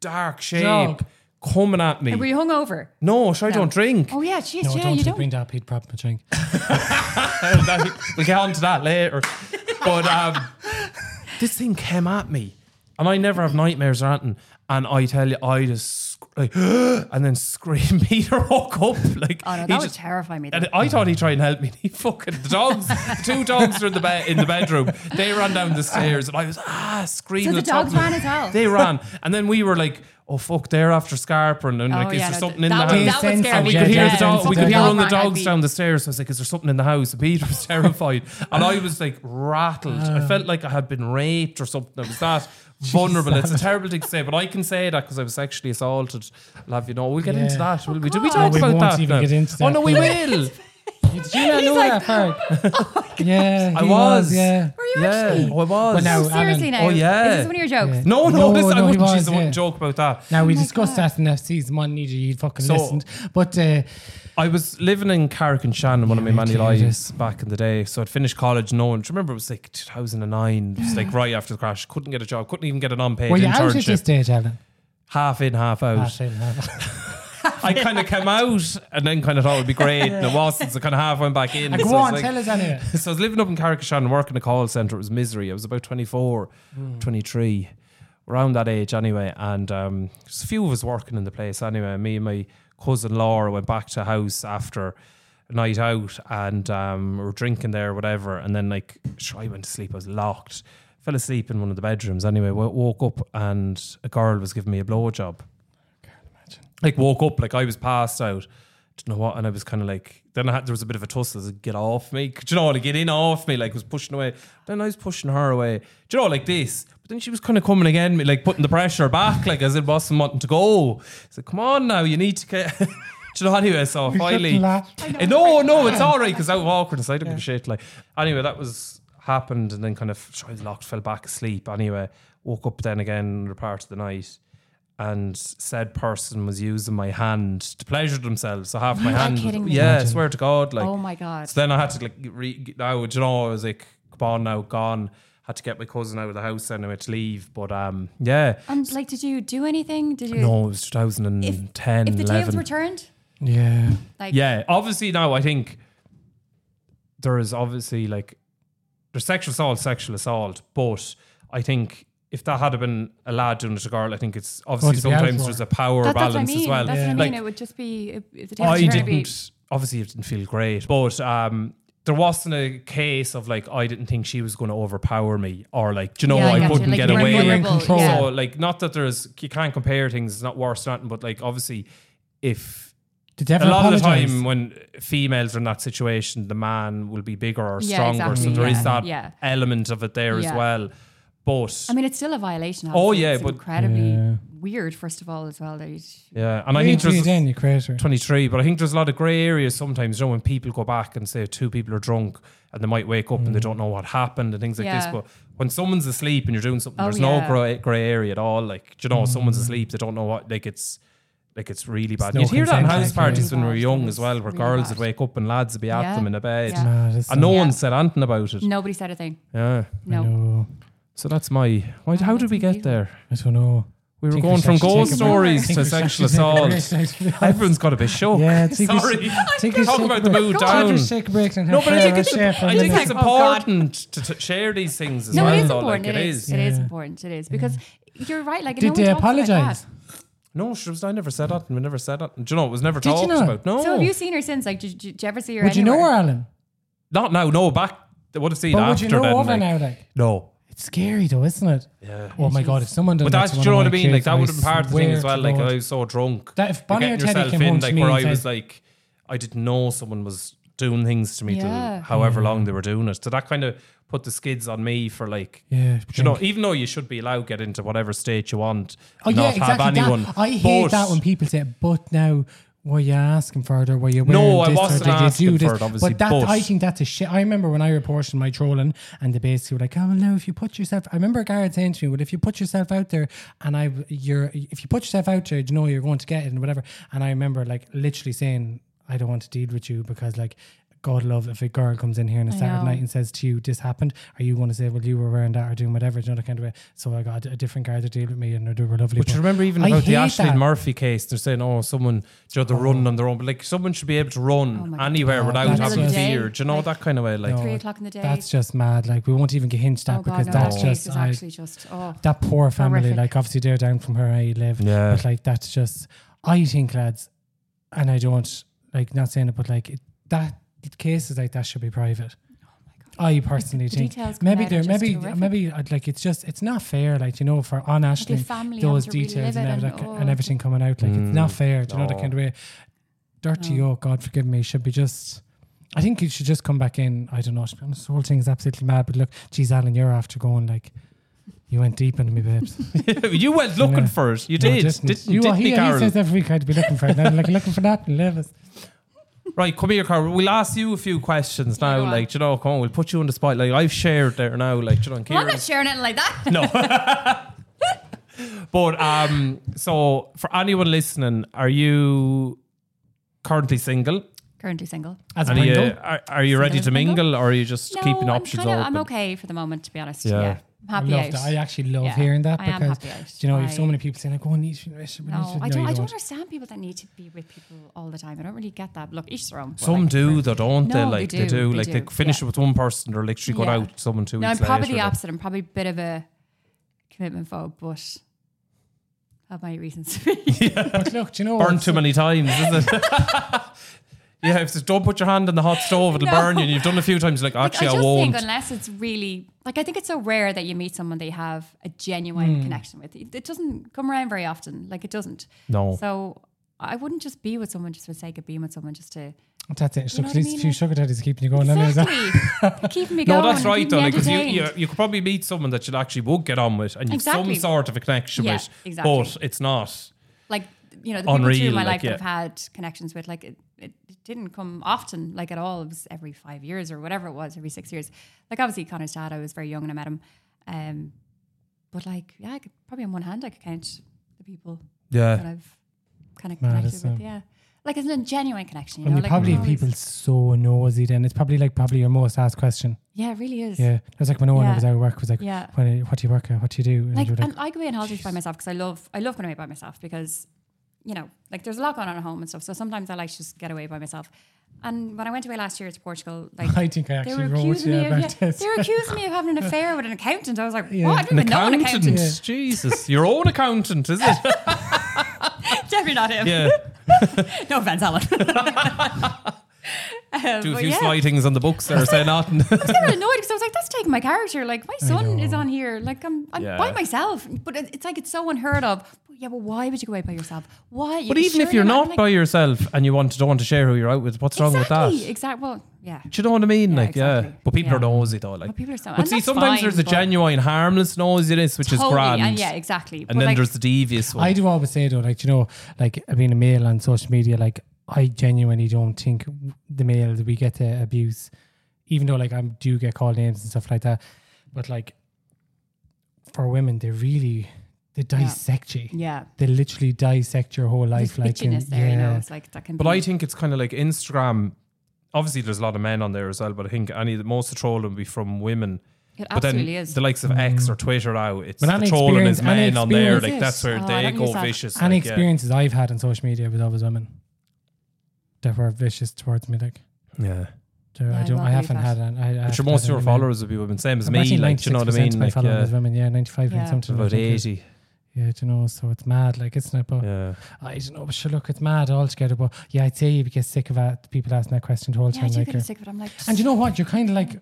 Speaker 7: dark shape
Speaker 6: Dog.
Speaker 7: coming at me.
Speaker 8: Were you hungover?
Speaker 7: no, sure I don't drink.
Speaker 8: Oh yeah, jeez,
Speaker 6: No,
Speaker 8: yeah,
Speaker 6: don't
Speaker 8: you
Speaker 6: drink. Bring
Speaker 8: don't.
Speaker 6: that Pete Prop, drink.
Speaker 7: we'll get on to that later. But um, this thing came at me. I and I never have nightmares or anything. And I tell you, I just sc- like and then scream Peter woke up. Like
Speaker 8: Oh no,
Speaker 7: he
Speaker 8: that would
Speaker 7: just-
Speaker 8: terrify me.
Speaker 7: and
Speaker 8: though.
Speaker 7: I thought he'd try and help me. He fucking the dogs, the two dogs were in the bed in the bedroom. They ran down the stairs, and I was ah screaming.
Speaker 8: So
Speaker 7: at
Speaker 8: the
Speaker 7: top
Speaker 8: dogs
Speaker 7: of my-
Speaker 8: ran as well?
Speaker 7: They ran, and then we were like, "Oh fuck, they're after Scarper," and then
Speaker 8: Oh,
Speaker 7: like, "Is
Speaker 8: yeah,
Speaker 7: there
Speaker 8: no,
Speaker 7: something
Speaker 8: th-
Speaker 7: in the
Speaker 8: that
Speaker 7: house?"
Speaker 8: would-
Speaker 6: that would scare
Speaker 7: and we
Speaker 6: me
Speaker 7: could
Speaker 6: to
Speaker 7: hear the
Speaker 6: death.
Speaker 7: dog, we
Speaker 6: Something
Speaker 7: could hear
Speaker 6: dog
Speaker 7: all the
Speaker 8: ran, I'd
Speaker 7: dogs
Speaker 8: be-
Speaker 7: down the stairs. I was like, "Is there something in the house?" And Peter was terrified, and I was like rattled.
Speaker 6: Ah.
Speaker 7: I felt like I had been raped or something. I was that vulnerable. It's a terrible thing to say, but I can say that because I was sexually assaulted. I'll have you know, we'll get into
Speaker 6: Yeah.
Speaker 7: that. will we? Did we
Speaker 8: God.
Speaker 7: talk
Speaker 6: No, we
Speaker 7: about
Speaker 6: won't
Speaker 7: that?
Speaker 6: even
Speaker 7: now?
Speaker 6: get into
Speaker 7: Oh
Speaker 6: that.
Speaker 7: no, we will.
Speaker 6: Did you not know that part? Yeah,
Speaker 7: I
Speaker 6: he
Speaker 7: was.
Speaker 6: yeah.
Speaker 8: Were you actually?
Speaker 7: Oh, I was.
Speaker 6: But now-
Speaker 8: Oh, seriously
Speaker 6: Alan.
Speaker 8: now.
Speaker 7: Oh, yeah.
Speaker 8: Is this one of your jokes?
Speaker 7: no, no,
Speaker 6: No,
Speaker 7: listen, I
Speaker 6: no, he
Speaker 7: wouldn't,
Speaker 6: was,
Speaker 7: geez, I wouldn't
Speaker 6: yeah.
Speaker 7: joke about that.
Speaker 6: Now we discussed that in that season one. Need you fucking
Speaker 7: Oh So-
Speaker 6: listened, but uh,
Speaker 7: I was living in Carrick and Shannon, one of my
Speaker 6: Yeah,
Speaker 7: many
Speaker 6: yeah, it
Speaker 7: lives
Speaker 6: is.
Speaker 7: back in the day. So I'd finished college, no one. do you Remember, it was like 2009. It was like right after the crash. Couldn't get a job. Couldn't even get an on-paid
Speaker 6: were you out at
Speaker 7: internship.
Speaker 6: this stage, Alan?
Speaker 7: half in, half out.
Speaker 6: Ah, shit, no.
Speaker 7: I kind of came out and then kind of thought it would be great. And it wasn't. So kind of half went back in.
Speaker 6: Go
Speaker 7: So I was
Speaker 6: on,
Speaker 7: like-
Speaker 6: tell us anyway.
Speaker 7: so I was living up in Carrickashan, working in a call centre. It was misery. I was about 24,
Speaker 6: Hmm.
Speaker 7: 23, around that age anyway. And um, just a few of us working in the place anyway. Me and my cousin Laura went back to house after a night out and um, we were drinking there, whatever. And then, like, sure, I went to sleep. I was locked. Fell asleep in one of the bedrooms anyway. wo- Woke up and a girl was giving me a blowjob like woke up like I was passed out. Do you know what? And I was kind of like, then I had, there was a bit of a tussle. I was like, get off me. Do you know what? Like, Get in off me. Like, was pushing away. Then I was pushing her away. Do you know, like this. But then she was kind of coming again, me, like putting the pressure back, like as it wasn't wanting to go. It's like, come on now, you need to get. Do you know, anyway, so finally.
Speaker 6: laugh.
Speaker 7: Eh, No, no, it's all right because out of awkwardness, I don't give a shit. Like, anyway, that was happened and then kind of, sure, I was locked, fell back asleep. Anyway, woke up then again, the part of the night and said person was using my hand to pleasure themselves. So half my
Speaker 8: You're
Speaker 7: hand,
Speaker 8: kidding me.
Speaker 7: yeah, I swear to God, like
Speaker 8: Oh my God.
Speaker 7: So then I had to like re now, do you know, I was like, come on now, gone. Had to get my cousin out of the house anyway to leave, but um, yeah,
Speaker 8: And like, did you do anything? Did you?
Speaker 7: no, it was 2010,
Speaker 8: If the
Speaker 7: 11.
Speaker 8: tables were turned,
Speaker 6: Yeah,
Speaker 8: like
Speaker 7: Mm, yeah, obviously now I think there is obviously like there's sexual assault, sexual assault, but I think. If that had been a lad doing it to a girl, I think it's obviously
Speaker 6: Oh, to be out
Speaker 7: sometimes
Speaker 6: for.
Speaker 7: there's a power
Speaker 8: that, that's what I
Speaker 7: balance
Speaker 8: mean.
Speaker 7: as well.
Speaker 8: That's what I mean.
Speaker 7: Like,
Speaker 8: it would just be if if the tables
Speaker 7: I
Speaker 8: were turned. it'd be-
Speaker 7: didn't. Obviously, it didn't feel great, but um, there wasn't a case of like I didn't think she was going to overpower me, or like do you know
Speaker 8: Yeah, I
Speaker 7: I,
Speaker 8: gotcha.
Speaker 7: couldn't
Speaker 8: Like,
Speaker 7: get
Speaker 8: you were
Speaker 7: away.
Speaker 8: vulnerable,
Speaker 6: You were in control.
Speaker 7: So like, not that there's you can't compare things. It's not worse than nothing, but like obviously, if
Speaker 6: did you ever
Speaker 7: a lot of the
Speaker 6: apologise?
Speaker 7: time when females are in that situation, the man will be bigger or
Speaker 8: Yeah,
Speaker 7: stronger.
Speaker 8: exactly,
Speaker 7: So there is
Speaker 8: yeah,
Speaker 7: that
Speaker 8: yeah.
Speaker 7: element of it there
Speaker 8: Yeah.
Speaker 7: as well. But
Speaker 8: I mean, it's still a violation.
Speaker 7: Oh,
Speaker 8: obviously.
Speaker 7: yeah,
Speaker 8: It's
Speaker 7: but-
Speaker 8: incredibly weird. First of all, as well, that you-
Speaker 7: yeah, and I
Speaker 6: I
Speaker 7: think
Speaker 6: think
Speaker 7: there's
Speaker 6: then you creator.
Speaker 7: 23, but I think there's a lot of grey areas sometimes, you know, when people go back and say two people are drunk and they might wake up and they don't know what happened and things like
Speaker 8: Yeah.
Speaker 7: this. But when someone's asleep and you're doing something,
Speaker 8: Oh,
Speaker 7: there's
Speaker 8: yeah.
Speaker 7: no grey, grey area at all. Like, do you know, someone's asleep, they don't know what, like, it's. Like it's really bad.
Speaker 6: no
Speaker 7: You'd hear that in
Speaker 6: consent,
Speaker 7: house
Speaker 6: like,
Speaker 7: parties
Speaker 8: really
Speaker 7: when we were
Speaker 8: bad.
Speaker 7: young
Speaker 8: It's
Speaker 7: as well, where
Speaker 8: really
Speaker 7: girls
Speaker 8: bad.
Speaker 7: would wake up and lads would be at
Speaker 8: Yeah.
Speaker 7: them in a bed,
Speaker 8: Yeah. Mad,
Speaker 6: isn't
Speaker 7: and no
Speaker 6: it?
Speaker 7: one
Speaker 8: Yeah.
Speaker 7: said anything about it.
Speaker 8: nobody said a thing.
Speaker 7: Yeah.
Speaker 8: No.
Speaker 7: So that's my. Why, how did we get there?
Speaker 6: I don't know.
Speaker 7: We were
Speaker 6: Think
Speaker 7: going from
Speaker 6: should
Speaker 7: ghost
Speaker 6: take a break.
Speaker 7: stories
Speaker 6: Think
Speaker 7: to
Speaker 6: we should
Speaker 7: sexual
Speaker 6: take a break.
Speaker 7: assault. Everyone's got a bit shook.
Speaker 6: Yeah, think we
Speaker 7: sorry.
Speaker 6: should- think we
Speaker 7: Talk
Speaker 6: should
Speaker 7: about the
Speaker 6: take a
Speaker 7: mood
Speaker 6: break.
Speaker 7: down.
Speaker 6: Just take a break and
Speaker 7: No,
Speaker 6: have
Speaker 7: but I think
Speaker 6: Sarah
Speaker 7: it's,
Speaker 6: share for a
Speaker 7: I think
Speaker 6: minute.
Speaker 7: it's
Speaker 8: Like, oh, God.
Speaker 7: important to, to share these things as
Speaker 8: No,
Speaker 7: well.
Speaker 8: it is
Speaker 7: though,
Speaker 8: important.
Speaker 7: Like,
Speaker 8: it is. It is important. It is because you're right. Like,
Speaker 6: Did
Speaker 8: no one
Speaker 6: they
Speaker 8: talks about that.
Speaker 6: apologise?
Speaker 7: No, she was, I never said that. and We never said that. And, Do you know, it was never
Speaker 6: Did you
Speaker 7: talked
Speaker 6: not?
Speaker 7: about. No,
Speaker 8: So have you seen her since? Like, did, did you ever see her?
Speaker 6: Would you know
Speaker 8: anywhere?
Speaker 6: her, Alan?
Speaker 7: not now. No, back. I would have seen
Speaker 6: But would
Speaker 7: after
Speaker 6: you know
Speaker 7: then.
Speaker 6: over
Speaker 7: like,
Speaker 6: now? Like
Speaker 7: No.
Speaker 6: it's scary though, isn't it? Yeah. Oh my God! If someone done
Speaker 7: But
Speaker 6: that,
Speaker 7: that's, do
Speaker 6: to one
Speaker 7: you know
Speaker 6: of
Speaker 7: what I
Speaker 6: my
Speaker 7: mean? Like,
Speaker 6: kids,
Speaker 7: that
Speaker 6: I
Speaker 7: would have been part of the thing
Speaker 6: swear
Speaker 7: as
Speaker 6: to
Speaker 7: well. Like,
Speaker 6: God.
Speaker 7: I was so drunk.
Speaker 6: That if
Speaker 7: You're
Speaker 6: Bonnie or
Speaker 7: getting
Speaker 6: Teddy
Speaker 7: yourself
Speaker 6: came
Speaker 7: in,
Speaker 6: home to
Speaker 7: like,
Speaker 6: me
Speaker 7: where
Speaker 6: and
Speaker 7: I was
Speaker 6: said-
Speaker 7: like, I didn't know someone was doing things to me
Speaker 8: Yeah.
Speaker 7: till however
Speaker 6: Mm.
Speaker 7: long they were doing it. So that kind of put the skids on me for, like,
Speaker 6: Yeah,
Speaker 7: do you know, even though you should be allowed to get into whatever state you want,
Speaker 6: Oh
Speaker 7: and
Speaker 6: yeah,
Speaker 7: not
Speaker 6: exactly.
Speaker 7: have anyone.
Speaker 6: that. I hate
Speaker 7: but-
Speaker 6: that when people say, "But now, were you asking for it, or were you?"
Speaker 7: No,
Speaker 6: wearing
Speaker 7: I
Speaker 6: this, or
Speaker 7: wasn't
Speaker 6: did you
Speaker 7: asking
Speaker 6: do this?"
Speaker 7: for it, obviously,
Speaker 6: But, that,
Speaker 7: but-
Speaker 6: I think that's a shit. I remember when I reported my trolling, and they basically were like, "Oh well, no, if you put yourself," I remember a guard saying to me, "Well, if you put yourself out there, and I, you're, if you put yourself out there, you know you're going to get it, and whatever." And I remember like literally saying, "I don't want to deal with you because like." God love if a girl comes in here on a
Speaker 9: I
Speaker 6: Saturday
Speaker 9: know.
Speaker 6: night and says to you, "This happened," are you going to say, "Well, you were wearing that" or doing whatever? Do you know that kind of way? So I got a different guy to deal with me, and they were lovely.
Speaker 7: But you remember even
Speaker 6: I
Speaker 7: about the
Speaker 6: hate
Speaker 7: Ashley
Speaker 6: that.
Speaker 7: Murphy case, they're saying, oh, someone, you know, they're running on their own. But like, someone should be able to run anywhere
Speaker 6: Oh,
Speaker 7: without
Speaker 6: that's
Speaker 7: having
Speaker 6: just-
Speaker 7: fear. Do you know,
Speaker 8: Like-
Speaker 7: that kind of way. Like,
Speaker 6: No,
Speaker 8: Three o'clock in the day.
Speaker 6: That's just mad. Like we won't even get hinged at
Speaker 8: oh
Speaker 6: because
Speaker 8: god, no,
Speaker 6: that's
Speaker 8: that case
Speaker 6: just
Speaker 8: is
Speaker 6: I-
Speaker 8: actually just oh.
Speaker 6: that poor family.
Speaker 8: Horrific.
Speaker 6: Like obviously they're down from where I live.
Speaker 7: Yeah.
Speaker 6: But like that's just I think lads, and I don't like not saying it, but like it, that cases like that should be private. I personally
Speaker 8: Oh the
Speaker 6: think
Speaker 8: details come
Speaker 6: maybe
Speaker 8: out are
Speaker 6: there,
Speaker 8: just
Speaker 6: maybe
Speaker 8: horrific.
Speaker 6: maybe I'd like it's just it's not fair. Like you know, for on Ashley,
Speaker 8: family
Speaker 6: those
Speaker 8: having to
Speaker 6: details
Speaker 8: relive
Speaker 6: and,
Speaker 8: it
Speaker 6: everything
Speaker 8: and,
Speaker 6: and,
Speaker 8: oh.
Speaker 6: everything coming out, like it's
Speaker 7: Mm.
Speaker 6: not fair. Do you know that
Speaker 1: no.
Speaker 6: kind of way? Dirty oh God forgive me, should be just. I think you should just come back in. I don't know. To be honest, the whole thing is absolutely mad. But look, geez, Alan, you're after going like you went deep into me, babes.
Speaker 7: you went looking
Speaker 6: Yeah.
Speaker 7: for it. You
Speaker 6: No, I
Speaker 7: did.
Speaker 6: didn't.
Speaker 7: Didn't, didn't
Speaker 6: you?
Speaker 7: you,
Speaker 6: he, he
Speaker 7: Carol?
Speaker 6: says every week I'd be looking for it. and I'm like looking for that in Levis.
Speaker 7: Right, come here, Carl. We'll ask you a few questions now.
Speaker 8: go on.
Speaker 7: Like, do you know, come on, we'll put you on the spot. Like, I've shared there now. Like, do you know, and
Speaker 8: I'm
Speaker 7: Kieran-
Speaker 8: not sharing it like that.
Speaker 7: But um, so for anyone listening, are you currently single?
Speaker 8: Currently single.
Speaker 6: As
Speaker 7: And uh, are you, are, are you ready to
Speaker 8: Single.
Speaker 7: mingle, or are you just keeping
Speaker 8: I'm
Speaker 7: options
Speaker 8: kinda- I'm
Speaker 7: open?
Speaker 8: okay for the moment, to be honest.
Speaker 7: Yeah.
Speaker 8: Yeah,
Speaker 6: I
Speaker 8: I'm happy
Speaker 6: love
Speaker 8: out.
Speaker 6: that. I actually love
Speaker 8: Yeah,
Speaker 6: hearing that
Speaker 8: I am
Speaker 6: because
Speaker 8: happy out.
Speaker 6: you know, you have so
Speaker 8: I-
Speaker 6: many people saying like, "Oh, I need to be in a relationship."
Speaker 8: No, I
Speaker 6: need to-"
Speaker 8: don't. I don't
Speaker 6: you
Speaker 8: understand people that need to be with people all the time. I don't really get that. Look, each their own. but
Speaker 7: Some
Speaker 8: like-
Speaker 7: do, though, don't they?
Speaker 8: No,
Speaker 7: Like
Speaker 8: they
Speaker 7: they do.
Speaker 8: do, they
Speaker 7: like they,
Speaker 8: do,
Speaker 7: finish
Speaker 8: yeah.
Speaker 7: with one person, or literally go
Speaker 8: Yeah.
Speaker 7: out with someone two
Speaker 8: No, I'm
Speaker 7: weeks
Speaker 8: probably
Speaker 7: later.
Speaker 8: the opposite. I'm probably a bit of a commitment phobe, but I have my reasons.
Speaker 6: But look, do you know,
Speaker 8: Oh,
Speaker 7: Burn
Speaker 6: it's-
Speaker 7: too many times, is it? yeah, if it's, don't put your hand on the hot stove; it'll
Speaker 8: No.
Speaker 7: burn you. And you've done it a few times. Like,
Speaker 8: Like,
Speaker 7: actually,
Speaker 8: I
Speaker 7: I,
Speaker 8: just
Speaker 7: won't.
Speaker 8: think unless it's really like I think it's so rare that you meet someone that you have a genuine
Speaker 6: Hmm.
Speaker 8: connection with. It it doesn't come around very often. Like it doesn't.
Speaker 7: No.
Speaker 8: So I wouldn't just be with someone just for the sake of being with someone just to
Speaker 6: That's it.
Speaker 8: know
Speaker 6: Look, at
Speaker 8: what I
Speaker 6: least a
Speaker 8: mean?
Speaker 6: few
Speaker 8: Like-
Speaker 6: sugar daddies keeping you going. anyway, is that-
Speaker 8: exactly keeping me
Speaker 7: No,
Speaker 8: going.
Speaker 7: that's right,
Speaker 8: keeping
Speaker 7: though,
Speaker 8: me
Speaker 7: because you, you
Speaker 8: entertained.
Speaker 7: you could probably meet someone that you actually would get on with, and you've
Speaker 8: Exactly.
Speaker 7: some sort of a connection
Speaker 8: Yeah,
Speaker 7: with,
Speaker 8: exactly.
Speaker 7: but it's not.
Speaker 8: like you know the people
Speaker 7: Unreal,
Speaker 8: through my
Speaker 7: like,
Speaker 8: life
Speaker 7: yeah.
Speaker 8: that I've had connections with. Like it, it didn't come often, like at all. It was every five years or whatever it was, every six years. Like obviously Connor's dad, I was very young and I met him. Um, but like yeah, I could probably on one hand I could count the people that
Speaker 7: Yeah,
Speaker 8: I've kind of
Speaker 6: Mad,
Speaker 8: connected
Speaker 6: isn't
Speaker 8: with.
Speaker 6: it?
Speaker 8: Yeah, like it's a genuine connection. You
Speaker 6: um, And
Speaker 8: know, like
Speaker 6: you probably
Speaker 8: no,
Speaker 6: have people
Speaker 8: it's-
Speaker 6: so nosy. Then it's probably like probably your most asked question.
Speaker 8: Yeah, it really is.
Speaker 6: Yeah, it was like when Owen
Speaker 8: Yeah.
Speaker 6: was out of work was like,
Speaker 8: Yeah.
Speaker 6: "When- what do you work at? What do you do?" And
Speaker 8: Like,
Speaker 6: you were
Speaker 8: and I go away on holidays by myself because I love I love going away by myself because, you know, like there's a lot going on at home and stuff. So sometimes I like to just get away by myself. And when I went away last year to Portugal, like
Speaker 6: I think I
Speaker 8: they
Speaker 6: actually
Speaker 8: were
Speaker 6: wrote
Speaker 8: accusing
Speaker 6: you
Speaker 8: me of
Speaker 6: about
Speaker 8: yeah,
Speaker 6: this.
Speaker 8: they were accusing me of having an affair with an accountant. I was like,
Speaker 6: Yeah.
Speaker 8: what? I
Speaker 7: an
Speaker 8: didn't even know an
Speaker 7: accountant.
Speaker 8: accountant.
Speaker 7: Jesus, your own accountant, is it?
Speaker 8: Definitely not him.
Speaker 7: Yeah,
Speaker 8: No offense, Alan. Um,
Speaker 7: do a
Speaker 8: but
Speaker 7: few
Speaker 8: yeah.
Speaker 7: sly things on the books there, say nothing.
Speaker 8: I was annoyed because I was like, that's taking my character. Like my son is on here. Like I'm, I'm
Speaker 7: Yeah.
Speaker 8: by myself. But it- it's like it's so unheard of. But yeah, but why would you go away by yourself? Why?
Speaker 7: but even if
Speaker 8: Surely
Speaker 7: you're not
Speaker 8: like-
Speaker 7: by yourself and you want to don't want to share who you're out with, what's wrong
Speaker 8: exactly,
Speaker 7: with that?
Speaker 8: Exactly. Well, yeah.
Speaker 7: Do you know what I mean?
Speaker 8: Yeah,
Speaker 7: like, yeah.
Speaker 8: exactly.
Speaker 7: But people
Speaker 8: Yeah.
Speaker 7: are nosy though. Like,
Speaker 8: But people are so-
Speaker 7: But
Speaker 8: and
Speaker 7: see,
Speaker 8: that's
Speaker 7: sometimes
Speaker 8: fine,
Speaker 7: there's a
Speaker 8: but-
Speaker 7: genuine harmless nosiness, which is
Speaker 8: Totally,
Speaker 7: grand.
Speaker 8: and yeah, exactly.
Speaker 7: And
Speaker 8: But,
Speaker 7: then
Speaker 8: like-
Speaker 7: there's the devious one.
Speaker 6: I do always say though, like you know, like being a male on social media, like I genuinely don't think the male that we get the abuse, even though like I do get called names and stuff like that, but like for women, they really they dissect you.
Speaker 8: Yeah.
Speaker 6: They literally dissect your whole
Speaker 8: There's
Speaker 6: life, like and-
Speaker 8: bitchiness there, you know. It's like that can
Speaker 7: But
Speaker 8: be.
Speaker 7: I think it's kind of like Instagram. Obviously, there's a lot of men on there as well, but I think any most of the trolling would be from women.
Speaker 8: It
Speaker 7: but then
Speaker 8: absolutely is.
Speaker 7: the likes of X or Twitter now, it's
Speaker 6: But
Speaker 7: the
Speaker 6: any
Speaker 7: trolling
Speaker 6: experience-
Speaker 7: is
Speaker 6: any
Speaker 7: men on there.
Speaker 6: experience-
Speaker 7: Like that's where
Speaker 8: Oh, I
Speaker 7: they
Speaker 8: don't
Speaker 7: go
Speaker 8: use that.
Speaker 7: vicious.
Speaker 6: Any
Speaker 7: like, yeah.
Speaker 6: experiences I've had on social media with always women that were vicious towards me, like
Speaker 7: Yeah.
Speaker 6: they're-
Speaker 8: Yeah,
Speaker 6: I
Speaker 8: I
Speaker 6: don't, I,
Speaker 8: love these
Speaker 6: haven't
Speaker 8: lads.
Speaker 6: had. An, I, I
Speaker 7: But
Speaker 6: haven't
Speaker 7: your most of
Speaker 6: had
Speaker 7: your
Speaker 6: any men.
Speaker 7: followers would be women, same as
Speaker 6: I'm
Speaker 7: me.
Speaker 6: actually
Speaker 7: Like, do you know what I
Speaker 6: 96% of
Speaker 7: mean?
Speaker 6: My
Speaker 7: Like,
Speaker 6: followers
Speaker 7: yeah,
Speaker 6: women, yeah, ninety-five point
Speaker 8: Yeah.
Speaker 6: something.
Speaker 7: about
Speaker 6: like that.
Speaker 7: eighty.
Speaker 6: Yeah, do you know, so it's mad. Like it's not, but
Speaker 7: Yeah.
Speaker 6: I don't know. But sure, look, it's mad altogether. But yeah, I'd say you get sick of that, people asking that question the whole
Speaker 8: yeah, I
Speaker 6: time.
Speaker 8: do
Speaker 6: Like,
Speaker 8: get
Speaker 6: uh,
Speaker 8: sick of it. I'm like,
Speaker 6: and you know what? You're kind of like,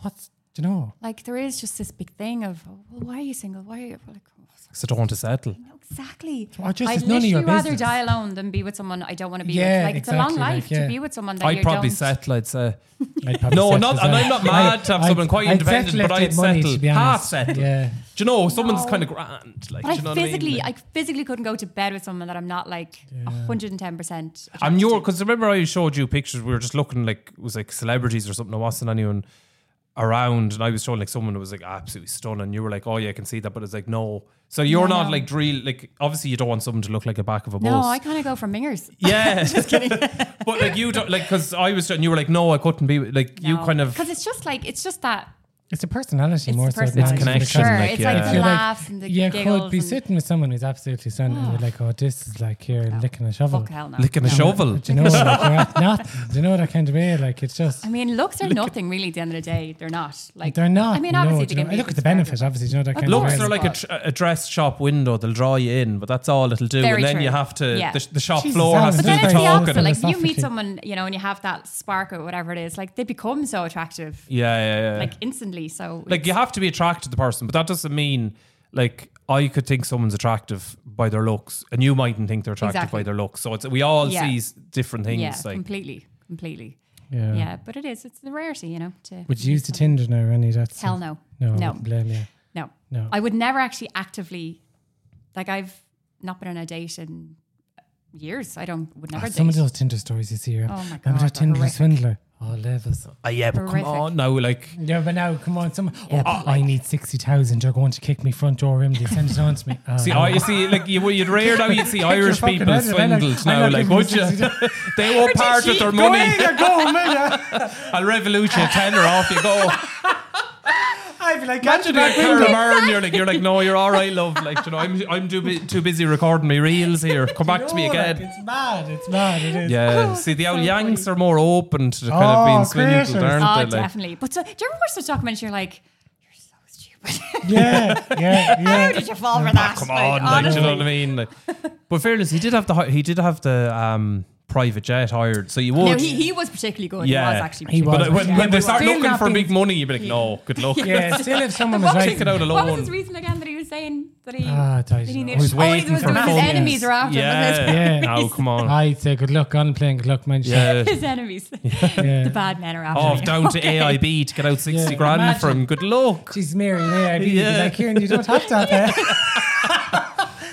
Speaker 6: what's do you know?
Speaker 8: like there is just this big thing of, oh, well, why are you single? Why are you like? oh,
Speaker 7: Because I don't want to settle.
Speaker 8: No, exactly.
Speaker 6: Or just
Speaker 8: I'd
Speaker 6: it's none of your
Speaker 8: literally rather
Speaker 6: business.
Speaker 8: die alone than be with someone I don't want to be
Speaker 6: Yeah,
Speaker 8: with. Like it's a
Speaker 6: exactly,
Speaker 8: long
Speaker 6: like,
Speaker 8: life
Speaker 6: yeah.
Speaker 8: to be with someone that
Speaker 7: I'd
Speaker 8: you
Speaker 7: probably
Speaker 8: don't.
Speaker 7: settle. I'd say
Speaker 6: I'd probably
Speaker 7: no,
Speaker 6: settle
Speaker 7: not.
Speaker 6: as
Speaker 7: And
Speaker 6: well.
Speaker 7: I'm not mad to have
Speaker 6: I'd-
Speaker 7: someone quite
Speaker 6: I'd
Speaker 7: independent,
Speaker 6: settle if
Speaker 7: but
Speaker 6: they
Speaker 7: I'd
Speaker 6: had money, to
Speaker 7: settle.
Speaker 6: be
Speaker 7: Half
Speaker 6: honest.
Speaker 7: settle.
Speaker 6: Yeah.
Speaker 7: Do you know someone's
Speaker 8: No.
Speaker 7: kind of grand? Like,
Speaker 8: But
Speaker 7: do you know
Speaker 8: I
Speaker 7: what I mean?
Speaker 8: physically,
Speaker 7: Like-
Speaker 8: I, physically couldn't go to bed with someone that I'm not like 110. percent
Speaker 7: I'm your because remember I showed you pictures. We were just looking like it was like celebrities or something. It wasn't anyone. around, and I was showing like someone was like absolutely stunning. You were like, oh yeah, I can see that, but it's like no. So you're
Speaker 8: Yeah,
Speaker 7: not
Speaker 8: no.
Speaker 7: like real. Like obviously you don't want someone to look like a back of a
Speaker 8: No,
Speaker 7: bus.
Speaker 8: I kind of go for mingers.
Speaker 7: yeah, just kidding. but like you don't like because I was and you were like no, I couldn't be like you kind of
Speaker 8: because it's just like it's just that
Speaker 6: It's a personality
Speaker 8: it's
Speaker 6: more
Speaker 8: the
Speaker 6: so. than
Speaker 8: person.
Speaker 6: actually the
Speaker 7: connection,
Speaker 8: Sure,
Speaker 7: like,
Speaker 8: it's
Speaker 7: yeah.
Speaker 8: like uh, the
Speaker 6: You're like,
Speaker 8: laughs and the
Speaker 6: you
Speaker 8: giggles.
Speaker 6: could be
Speaker 8: and- Ah.
Speaker 6: sitting with someone who's absolutely stunning. and You're like, oh, this is like you're licking a shovel.
Speaker 8: Fuck hell no.
Speaker 7: licking a shovel.
Speaker 6: Do you know, like, you're not, do you know that kind of way? Like, it's just.
Speaker 8: I mean, looks are nothing really. At the end of the day, they're not. Like
Speaker 6: they're not.
Speaker 8: I mean,
Speaker 6: no,
Speaker 8: obviously
Speaker 6: do
Speaker 8: they
Speaker 6: you
Speaker 8: can
Speaker 6: know-
Speaker 8: be
Speaker 6: look at the
Speaker 8: used
Speaker 6: benefit.
Speaker 8: forever.
Speaker 6: Obviously, do you know that kind
Speaker 8: course.
Speaker 7: Looks
Speaker 6: of way.
Speaker 7: are like a, tr- a dress shop window. They'll draw you in, but that's all it'll do.
Speaker 8: Very
Speaker 7: and then
Speaker 8: true.
Speaker 7: you have to
Speaker 8: Yeah.
Speaker 7: the, sh- the shop
Speaker 6: Jesus,
Speaker 7: floor has
Speaker 8: But
Speaker 7: to do
Speaker 6: Alan,
Speaker 8: then
Speaker 7: the
Speaker 6: Just
Speaker 8: it's the
Speaker 6: very
Speaker 7: talking.
Speaker 8: opposite.
Speaker 6: awkward.
Speaker 8: Like if you meet
Speaker 6: Philosophically.
Speaker 8: someone, you know, and you have that spark or whatever it is, like they become so attractive,
Speaker 7: yeah, yeah, yeah.
Speaker 8: like instantly. So
Speaker 7: like you have to be attracted to the person, but that doesn't mean like I could think someone's attractive by their looks, and you mightn't think they're attractive
Speaker 8: Exactly.
Speaker 7: by their looks. So it's we all
Speaker 8: Yeah.
Speaker 7: see s- different things.
Speaker 8: yeah,
Speaker 7: like
Speaker 8: completely, completely.
Speaker 6: Yeah.
Speaker 8: Yeah. but it is. It's the rarity, you know. To
Speaker 6: Would you use the Tinder now or any of that? stuff?
Speaker 8: Hell no.
Speaker 6: No, I
Speaker 8: No.
Speaker 6: wouldn't blame you.
Speaker 8: No,
Speaker 6: No.
Speaker 8: I would never actually actively, like I've not been on a date in uh, years. I don't would never.
Speaker 6: Oh,
Speaker 8: date.
Speaker 6: some of those Tinder stories you see around.
Speaker 8: Oh my
Speaker 6: Remember
Speaker 8: God,
Speaker 6: that Tinder
Speaker 8: horrific.
Speaker 6: swindler? Oh, levels.
Speaker 7: Ah, yeah, but come
Speaker 8: Horrific.
Speaker 7: on now, like
Speaker 6: Yeah, but now, come on, some. oh, I need 60,000. They're going to kick me front door in. They send it on to me. Oh,
Speaker 7: see,
Speaker 6: no.
Speaker 7: I you see, like you, you'd rare now you'd see
Speaker 6: Kick your
Speaker 7: Irish
Speaker 6: fucking
Speaker 7: people
Speaker 6: head in, I'm like,
Speaker 7: swindled
Speaker 6: I'm
Speaker 7: now,
Speaker 6: not
Speaker 7: like
Speaker 6: giving
Speaker 7: would you?
Speaker 6: you 60,000.
Speaker 7: they won't part with their money.
Speaker 6: go, man.
Speaker 7: I'll revolute you a tenner off you go.
Speaker 6: I'd be like,
Speaker 7: Imagine that Carol Byrne, you're like, you're like, no, you're all right, love. Like, you know, I'm, I'm too, bu- too busy recording my reels here. Come back to me again.
Speaker 6: It's mad. It's mad. It is.
Speaker 7: Yeah, see, the old Yanks are more open to the kind of being
Speaker 6: Oh,
Speaker 7: swindled,
Speaker 6: creators.
Speaker 7: aren't
Speaker 8: Oh,
Speaker 7: they? Like,
Speaker 8: definitely. But so, do you ever watch those documentaries? You're like, you're so stupid.
Speaker 6: Yeah. Yeah.
Speaker 8: How
Speaker 6: yeah.
Speaker 8: did you fall for that?
Speaker 7: come on, like, do you know what I mean? Like, but fairness, he did have the hi- he did have the um, private jet hired, so you would.
Speaker 8: No, he, he was particularly good.
Speaker 7: yeah,
Speaker 8: He was actually.
Speaker 6: He
Speaker 8: particularly
Speaker 7: But
Speaker 6: was.
Speaker 8: good.
Speaker 7: when,
Speaker 6: Yeah,
Speaker 7: when they
Speaker 6: but
Speaker 7: start
Speaker 6: still
Speaker 7: looking
Speaker 6: not
Speaker 7: for
Speaker 6: being-
Speaker 7: big money, you'd be like, no, good luck.
Speaker 6: Yeah. Still, if someone was
Speaker 8: What was
Speaker 6: right.
Speaker 7: Take it out
Speaker 8: What
Speaker 7: alone.
Speaker 8: was his reason again that he was saying that he?
Speaker 6: Ah, I
Speaker 8: that he
Speaker 6: don't know.
Speaker 8: needed-
Speaker 6: He was
Speaker 8: oh, he
Speaker 7: waiting
Speaker 8: was
Speaker 7: for
Speaker 8: doing his
Speaker 6: phone,
Speaker 8: enemies
Speaker 6: yes.
Speaker 8: are after him.
Speaker 7: Yeah,
Speaker 6: Yeah.
Speaker 7: no, come on.
Speaker 6: I'd say good luck on playing. Good luck, man.
Speaker 7: yeah.
Speaker 8: His enemies, the bad men are after
Speaker 7: off
Speaker 8: him.
Speaker 7: Oh, down to AIB to get out 60
Speaker 6: Yeah.
Speaker 7: grand
Speaker 6: Imagine.
Speaker 7: from good luck.
Speaker 6: She's Mary. Yeah. I'd be
Speaker 7: Yeah.
Speaker 6: like, Kieran, you don't have to have that.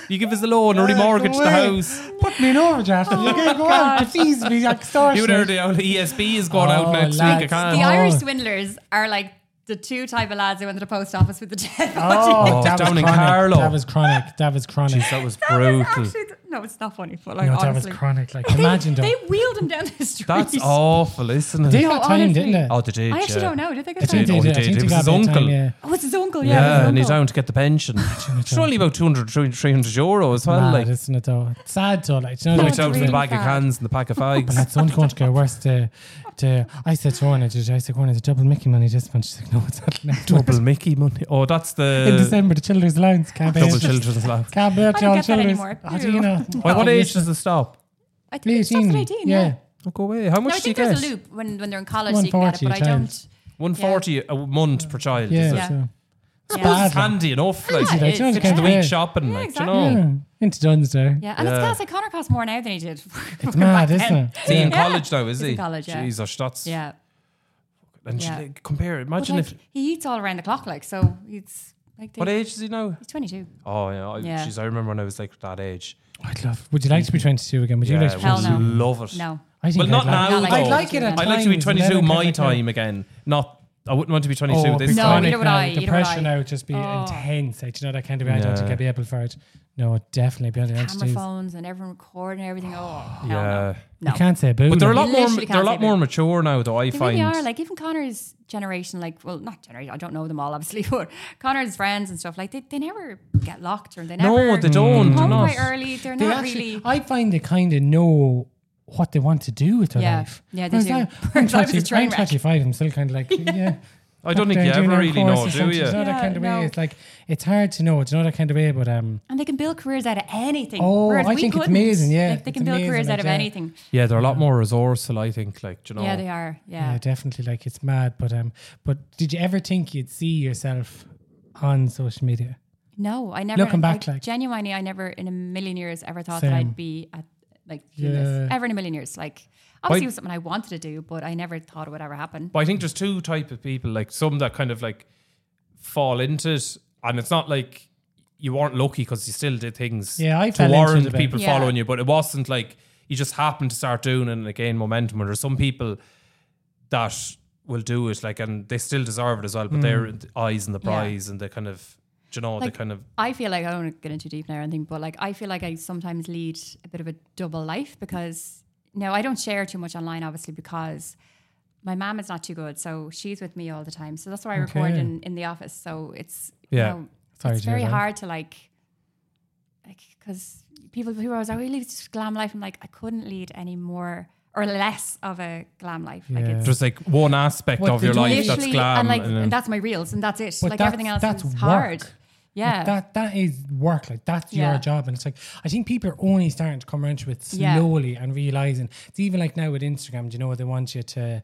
Speaker 7: You give us a loan or remortgage the house. Oh,
Speaker 6: Put me in overdraft. and you can go out. The fees will be extortionate.
Speaker 7: You heard the E old ESB is going
Speaker 6: Oh,
Speaker 7: out next
Speaker 6: lads.
Speaker 7: week. I
Speaker 8: The
Speaker 7: can't.
Speaker 6: Oh.
Speaker 8: Irish swindlers are like the two type of lads who went to the post office with the dead body.
Speaker 6: Oh, that
Speaker 7: down
Speaker 6: was
Speaker 7: in
Speaker 6: chronic.
Speaker 7: Carlow.
Speaker 6: That was chronic. That was chronic.
Speaker 7: Jeez, that was
Speaker 8: That was
Speaker 7: brutal.
Speaker 8: actually th- no, it's not funny. But like,
Speaker 6: no, that was
Speaker 8: honestly,
Speaker 6: chronic. Like,
Speaker 8: They-
Speaker 6: imagine though.
Speaker 8: they, wheeled him down the street.
Speaker 7: That's awful, isn't it?
Speaker 6: They all
Speaker 8: No,
Speaker 6: timed,
Speaker 8: honestly.
Speaker 6: didn't they?
Speaker 7: oh, they did.
Speaker 8: I actually
Speaker 7: yeah.
Speaker 8: don't know. Did they
Speaker 6: I
Speaker 8: get signed?
Speaker 6: think they
Speaker 7: Oh, he
Speaker 6: did. I
Speaker 7: did.
Speaker 6: think
Speaker 7: It
Speaker 6: they
Speaker 7: was
Speaker 6: got
Speaker 7: his
Speaker 6: a bit of
Speaker 7: uncle.
Speaker 6: time, yeah.
Speaker 8: Oh, it's his uncle. Yeah,
Speaker 7: Yeah,
Speaker 8: his
Speaker 7: and he's
Speaker 8: uncle.
Speaker 7: down to get the pension. Surely about 200, 300 euro as well.
Speaker 6: Mad,
Speaker 7: like,
Speaker 6: isn't it though? It's sad though. Like, you know,
Speaker 8: Right
Speaker 6: like,
Speaker 7: out
Speaker 8: really
Speaker 7: for the bag of
Speaker 8: bad.
Speaker 7: cans and the pack of fags.
Speaker 6: That's only going to get worse. The, the, I said to Orna, did I said, Orna, the double Mickey money this month? She's like, no, it's not next month.
Speaker 7: Double Mickey money. Oh, that's
Speaker 6: In
Speaker 7: the
Speaker 6: December, the Children's Allowance campaign.
Speaker 7: double children's laugh.
Speaker 6: Can't bear to
Speaker 8: don't
Speaker 6: all
Speaker 8: get that
Speaker 6: children's.
Speaker 8: anymore.
Speaker 6: How do you know?
Speaker 7: Why, what age does it stop?
Speaker 8: I think it's just at 18. Yeah.
Speaker 6: Yeah.
Speaker 7: Oh, go away. How much
Speaker 8: No, I
Speaker 7: do you
Speaker 8: think
Speaker 7: get?
Speaker 8: there's a loop when, when they're in college, so you can get it,
Speaker 6: 140
Speaker 8: but I don't.
Speaker 6: times.
Speaker 7: 140 a month per child.
Speaker 6: Yeah.
Speaker 7: is it?
Speaker 8: Yeah.
Speaker 6: so-
Speaker 8: Yeah.
Speaker 7: It's handy enough. Like,
Speaker 8: Yeah, it
Speaker 6: Like, you know,
Speaker 8: is.
Speaker 6: the
Speaker 8: It's
Speaker 6: kind
Speaker 7: the
Speaker 6: of
Speaker 8: Yeah.
Speaker 7: week
Speaker 6: way-
Speaker 7: shopping,
Speaker 8: Yeah,
Speaker 7: like,
Speaker 8: exactly.
Speaker 7: you know.
Speaker 6: Yeah. Into Duns there.
Speaker 8: Yeah, and it's class like Connor costs more now than he did.
Speaker 6: It's mad, isn't it?
Speaker 7: Is he in
Speaker 8: Yeah.
Speaker 7: college now, is
Speaker 8: He's
Speaker 7: he?
Speaker 8: in college, yeah.
Speaker 7: Jesus, that's.
Speaker 8: Yeah.
Speaker 7: And she-
Speaker 8: Yeah.
Speaker 7: like, compare,
Speaker 8: But
Speaker 7: imagine
Speaker 8: like,
Speaker 7: if.
Speaker 8: he eats all around the clock, like, so it's like. They,
Speaker 7: What age is he now?
Speaker 8: He's 22.
Speaker 7: Oh, yeah. I,
Speaker 8: Yeah.
Speaker 7: Geez, I remember when I was like that age.
Speaker 6: I'd love. Would you like to be 22 again? Would you
Speaker 7: Mm. Yeah,
Speaker 6: like to be
Speaker 8: Hell
Speaker 7: would
Speaker 6: 22?
Speaker 8: no.
Speaker 7: love it.
Speaker 8: No.
Speaker 6: I think
Speaker 7: Well,
Speaker 6: I'd
Speaker 7: not
Speaker 6: like-
Speaker 7: now.
Speaker 8: Not like
Speaker 7: though.
Speaker 8: I'd like it at
Speaker 7: I'd like to be
Speaker 6: times, and then
Speaker 7: 22
Speaker 6: I'd
Speaker 7: my
Speaker 6: kinda like-
Speaker 7: time again. Not. I wouldn't want to be 22
Speaker 6: Oh,
Speaker 7: this
Speaker 6: this
Speaker 8: No,
Speaker 7: time.
Speaker 8: neither would I, Oh.
Speaker 6: The
Speaker 8: neither would
Speaker 6: pressure
Speaker 8: I.
Speaker 6: now would just be intense. Like, do you know that kind of way? I don't think
Speaker 7: Yeah.
Speaker 6: I'd be able for it. No, I'd definitely be able to
Speaker 8: Camera
Speaker 6: do.
Speaker 8: phones and everyone recording everything. Oh, hell
Speaker 7: Yeah.
Speaker 8: no.
Speaker 6: You
Speaker 8: No.
Speaker 6: can't say boo.
Speaker 7: But they're a
Speaker 6: now.
Speaker 7: lot more.
Speaker 8: Literally
Speaker 7: They're a
Speaker 8: can't
Speaker 7: lot
Speaker 8: say
Speaker 7: more
Speaker 8: that.
Speaker 7: mature now, though. I
Speaker 8: They
Speaker 7: find.
Speaker 8: really are. Like even Connor's generation, like well, not generation. I don't know them all, obviously, but Connor's friends and stuff like they, they never get locked or they
Speaker 7: No,
Speaker 8: never.
Speaker 7: they don't,
Speaker 8: Come home
Speaker 7: they're
Speaker 8: quite
Speaker 7: not.
Speaker 8: early. They're
Speaker 6: They
Speaker 8: not
Speaker 6: actually,
Speaker 8: really.
Speaker 6: I find they kind of know what they want to do with their
Speaker 8: Yeah.
Speaker 6: life.
Speaker 8: Yeah, they
Speaker 6: Whereas
Speaker 8: do.
Speaker 6: I, I'm,
Speaker 8: Whereas I was a
Speaker 6: 20
Speaker 8: train
Speaker 6: I'm
Speaker 8: wreck.
Speaker 6: 25. I'm still kind of like, yeah.
Speaker 7: I don't think
Speaker 6: fuck down,
Speaker 7: you
Speaker 6: doing
Speaker 7: ever
Speaker 6: our
Speaker 7: really
Speaker 6: course
Speaker 7: know,
Speaker 6: or
Speaker 7: do
Speaker 6: something.
Speaker 7: you?
Speaker 6: Do know that
Speaker 8: Yeah,
Speaker 6: kind of
Speaker 8: no.
Speaker 6: way? It's like it's hard to know. Do you know that kind of way? But um,
Speaker 8: and they can build careers out of anything.
Speaker 6: Oh,
Speaker 8: whereas
Speaker 6: I
Speaker 8: we
Speaker 6: think it's
Speaker 8: couldn't.
Speaker 6: amazing, yeah.
Speaker 8: like, they
Speaker 6: It's
Speaker 8: can build
Speaker 6: amazing,
Speaker 8: careers
Speaker 6: like,
Speaker 8: out of
Speaker 6: yeah. Oh.
Speaker 8: anything.
Speaker 7: Yeah, they're a lot more resourceful. I think. Like, do you know.
Speaker 8: Yeah, they are. Yeah.
Speaker 6: yeah, definitely. Like it's mad. But um, but did you ever think you'd see yourself on social media?
Speaker 8: No, I never.
Speaker 6: Looking back,
Speaker 8: I,
Speaker 6: like-
Speaker 8: genuinely, I never in a million years ever thought
Speaker 6: Same.
Speaker 8: that I'd be at like doing this.
Speaker 6: Yeah.
Speaker 8: ever in a million years. Like obviously,
Speaker 7: Why-
Speaker 8: it was something I wanted to do, but I never thought it would ever happen.
Speaker 7: But I think there's two type of people, like some that kind of like fall into it, and it's not like you weren't lucky because you still did things.
Speaker 6: Yeah, I
Speaker 7: to
Speaker 6: fell into
Speaker 7: warrant
Speaker 6: it a
Speaker 7: the
Speaker 6: bit.
Speaker 7: people
Speaker 8: Yeah.
Speaker 7: following you, but it wasn't like you just happened to start doing it and it gained momentum. Or there's some people that will do it, like, and they still deserve it as
Speaker 6: Mm.
Speaker 7: well. But they're the eyes and the
Speaker 8: Yeah.
Speaker 7: prize, and they kind of, do you know,
Speaker 8: Like,
Speaker 7: they kind of
Speaker 8: I feel like I don't want to get into deep now or anything, but like I feel like I sometimes lead a bit of a double life because now I don't share too much online, obviously, because my mom is not too good, so she's with me all the time. So that's why I record
Speaker 6: Okay.
Speaker 8: in, in the office. So it's
Speaker 7: Yeah.
Speaker 8: you know,
Speaker 6: Sorry
Speaker 8: it's
Speaker 6: to hear
Speaker 8: very
Speaker 6: that.
Speaker 8: hard to like like because people who are always like, oh, you lead this glam life. I'm like, I couldn't lead any more or less of a glam life. Like
Speaker 6: Yeah.
Speaker 8: it's
Speaker 7: just like one aspect
Speaker 6: What
Speaker 7: of
Speaker 6: they
Speaker 7: your
Speaker 6: do
Speaker 7: life
Speaker 6: is-
Speaker 7: that's
Speaker 8: literally
Speaker 7: glam.
Speaker 8: and like
Speaker 7: and then-
Speaker 8: and that's my reels and that's it.
Speaker 6: But
Speaker 8: like
Speaker 6: that's-
Speaker 8: everything else
Speaker 6: that's
Speaker 8: is hard.
Speaker 6: work.
Speaker 8: Yeah.
Speaker 6: That that is work. Like that's
Speaker 8: Yeah.
Speaker 6: your job, and it's like I think people are only starting to come around to it
Speaker 8: Yeah.
Speaker 6: slowly and realizing. It's even like now with Instagram. Do you know they want you to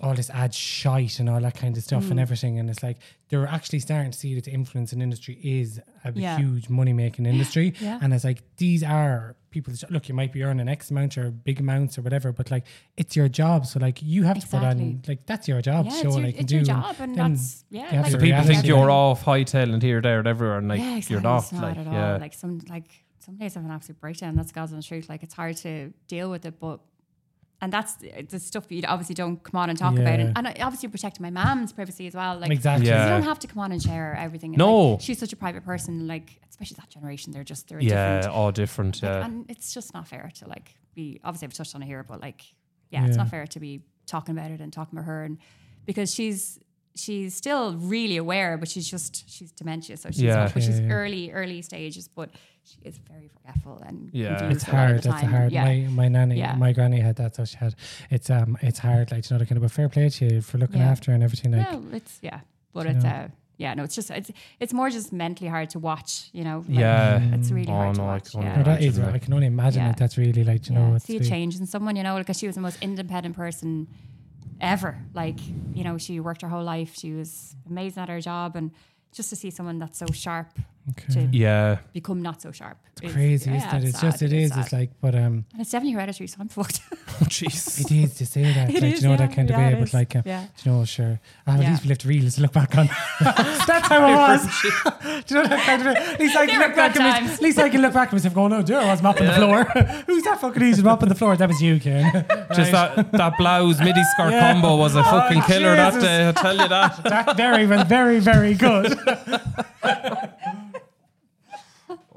Speaker 6: all this ad shite and all that kind of stuff
Speaker 8: Mm.
Speaker 6: and everything? And it's like they're actually starting to see that the influence and industry is a
Speaker 8: Yeah.
Speaker 6: huge money making industry.
Speaker 8: Yeah.
Speaker 6: And it's like these are people's look. You might be earning X amount or big amounts or whatever, but like it's your job. So like you have to put on
Speaker 8: Exactly.
Speaker 6: like that's your job.
Speaker 8: Yeah,
Speaker 6: to
Speaker 8: it's
Speaker 6: show
Speaker 8: your-
Speaker 6: what I can
Speaker 8: it's
Speaker 6: do.
Speaker 8: your job and
Speaker 6: then
Speaker 8: that's- yeah,
Speaker 6: they
Speaker 8: like-
Speaker 6: have to
Speaker 7: so people
Speaker 6: react
Speaker 7: think
Speaker 6: to
Speaker 7: you're
Speaker 6: it.
Speaker 7: off hightailing here, there, and everywhere, and like
Speaker 8: yeah,
Speaker 7: you're
Speaker 8: exactly.
Speaker 7: not.
Speaker 8: It's not
Speaker 7: like,
Speaker 8: at all.
Speaker 7: yeah,
Speaker 8: Like some like some days I have an absolute breakdown. That's God's honest truth. Like it's hard to deal with it, but and that's the the stuff you obviously don't come on and talk about,
Speaker 6: Yeah.
Speaker 8: and, and I obviously protect my mom's privacy as well. Like
Speaker 6: Exactly.
Speaker 8: because
Speaker 7: Yeah.
Speaker 8: you don't have to come on and share everything. And,
Speaker 7: No.
Speaker 8: like, she's such a private person. Like especially that generation, they're just they're
Speaker 7: yeah,
Speaker 8: different,
Speaker 7: all different.
Speaker 8: Like,
Speaker 7: Yeah,
Speaker 8: and it's just not fair to like be. Obviously, I've touched on it here, but like yeah, it's
Speaker 6: Yeah.
Speaker 8: not fair to be talking about it and talking about her, and because she's. She's still really aware, but she's just she's dementia, so she's
Speaker 7: Yeah.
Speaker 8: not, which
Speaker 6: Yeah,
Speaker 8: is
Speaker 6: yeah.
Speaker 8: early early stages, but she is very forgetful and
Speaker 7: Yeah.
Speaker 8: confused
Speaker 6: it's
Speaker 8: a lot of
Speaker 6: hard.
Speaker 8: the
Speaker 6: That's a
Speaker 8: time.
Speaker 6: hard.
Speaker 8: Yeah.
Speaker 6: My my nanny,
Speaker 8: Yeah.
Speaker 6: my granny had that, so she had. It's um, it's hard. Like you know, the kind of a fair play to you for looking
Speaker 8: Yeah.
Speaker 6: after and everything. Like,
Speaker 8: no, it's yeah, but it's uh, yeah, no, it's just it's it's more just mentally hard to watch, you know. like,
Speaker 7: Yeah.
Speaker 8: it's
Speaker 6: Mm.
Speaker 8: really
Speaker 7: Oh,
Speaker 8: hard to
Speaker 7: no, I
Speaker 8: watch.
Speaker 7: can only
Speaker 8: yeah.
Speaker 6: no, that
Speaker 7: imagine
Speaker 6: is.
Speaker 7: that.
Speaker 6: I can only imagine
Speaker 8: Yeah.
Speaker 6: that. That's really like you know.
Speaker 8: yeah,
Speaker 6: It's
Speaker 8: see a
Speaker 6: the-
Speaker 8: change in someone, you know, because she was the most independent person ever. Like, you know, she worked her whole life. She was amazing at her job, and just to see someone that's so sharp to
Speaker 7: yeah.
Speaker 8: become not so sharp, is-
Speaker 6: Crazy,
Speaker 8: yeah,
Speaker 6: isn't it? It's
Speaker 8: sad,
Speaker 6: just it is.
Speaker 8: sad.
Speaker 6: It's like, but um,
Speaker 8: and it's definitely hereditary, so I'm fucked.
Speaker 7: Jeez.
Speaker 6: it is to say that,
Speaker 8: It
Speaker 6: like
Speaker 8: is,
Speaker 6: you know,
Speaker 8: yeah.
Speaker 6: that kind
Speaker 8: Yeah,
Speaker 6: of
Speaker 8: it
Speaker 6: way. But
Speaker 8: is.
Speaker 6: like, uh,
Speaker 8: Yeah.
Speaker 6: you know, sure. Ah, At
Speaker 8: Yeah.
Speaker 6: least we left reels to look back on. That's how it was. Do you know that kind of? way? At least I can
Speaker 8: were
Speaker 6: look back.
Speaker 8: good
Speaker 6: At, me,
Speaker 8: times.
Speaker 6: at least I can look back at myself going, "Oh, there I was mopping the floor. Who's that fucking idiot mopping the floor? That was you, Karen."
Speaker 7: Just that, that blouse midi skirt
Speaker 6: Yeah.
Speaker 7: combo was a fucking killer that
Speaker 6: Jesus.
Speaker 7: day. I tell you that.
Speaker 6: That very, well, very, very good.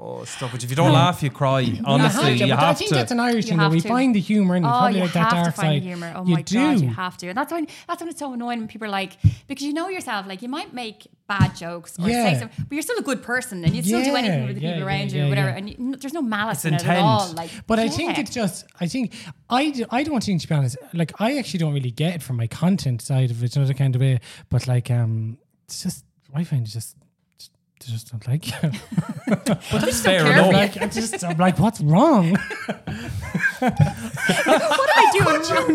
Speaker 7: Oh, stop it! If you don't laugh, you cry. Honestly, you
Speaker 6: but I
Speaker 7: have
Speaker 6: think
Speaker 7: to.
Speaker 6: that's an Irish
Speaker 8: You
Speaker 6: thing. that
Speaker 8: have
Speaker 6: We
Speaker 8: to.
Speaker 6: find the humour in it,
Speaker 8: Oh,
Speaker 6: probably
Speaker 8: you
Speaker 6: like
Speaker 8: have
Speaker 6: that dark
Speaker 8: to find
Speaker 6: side.
Speaker 8: humor. Oh
Speaker 6: you
Speaker 8: my
Speaker 6: do.
Speaker 8: god, you have to, and that's when that's when it's so annoying when people are like because you know yourself, like you might make bad jokes or
Speaker 6: Yeah.
Speaker 8: say something, but you're still a good person and you would still do
Speaker 6: Yeah,
Speaker 8: anything with the
Speaker 6: yeah,
Speaker 8: people
Speaker 6: yeah,
Speaker 8: around you,
Speaker 6: yeah,
Speaker 8: or whatever.
Speaker 6: yeah.
Speaker 8: And you, n- there's no malice
Speaker 7: It's
Speaker 8: in it at
Speaker 7: intent.
Speaker 8: all. Like,
Speaker 6: But I
Speaker 8: yeah.
Speaker 6: think it's just, I think, I, d- I don't think, to be honest, like, I actually don't really get it from my content side of it, another kind of way. But, like, um, it's just, I find it just, they just don't like you.
Speaker 8: just
Speaker 7: fair
Speaker 8: don't care.
Speaker 7: enough.
Speaker 6: like, I just, I'm like, what's wrong?
Speaker 8: what am I doing? wrong?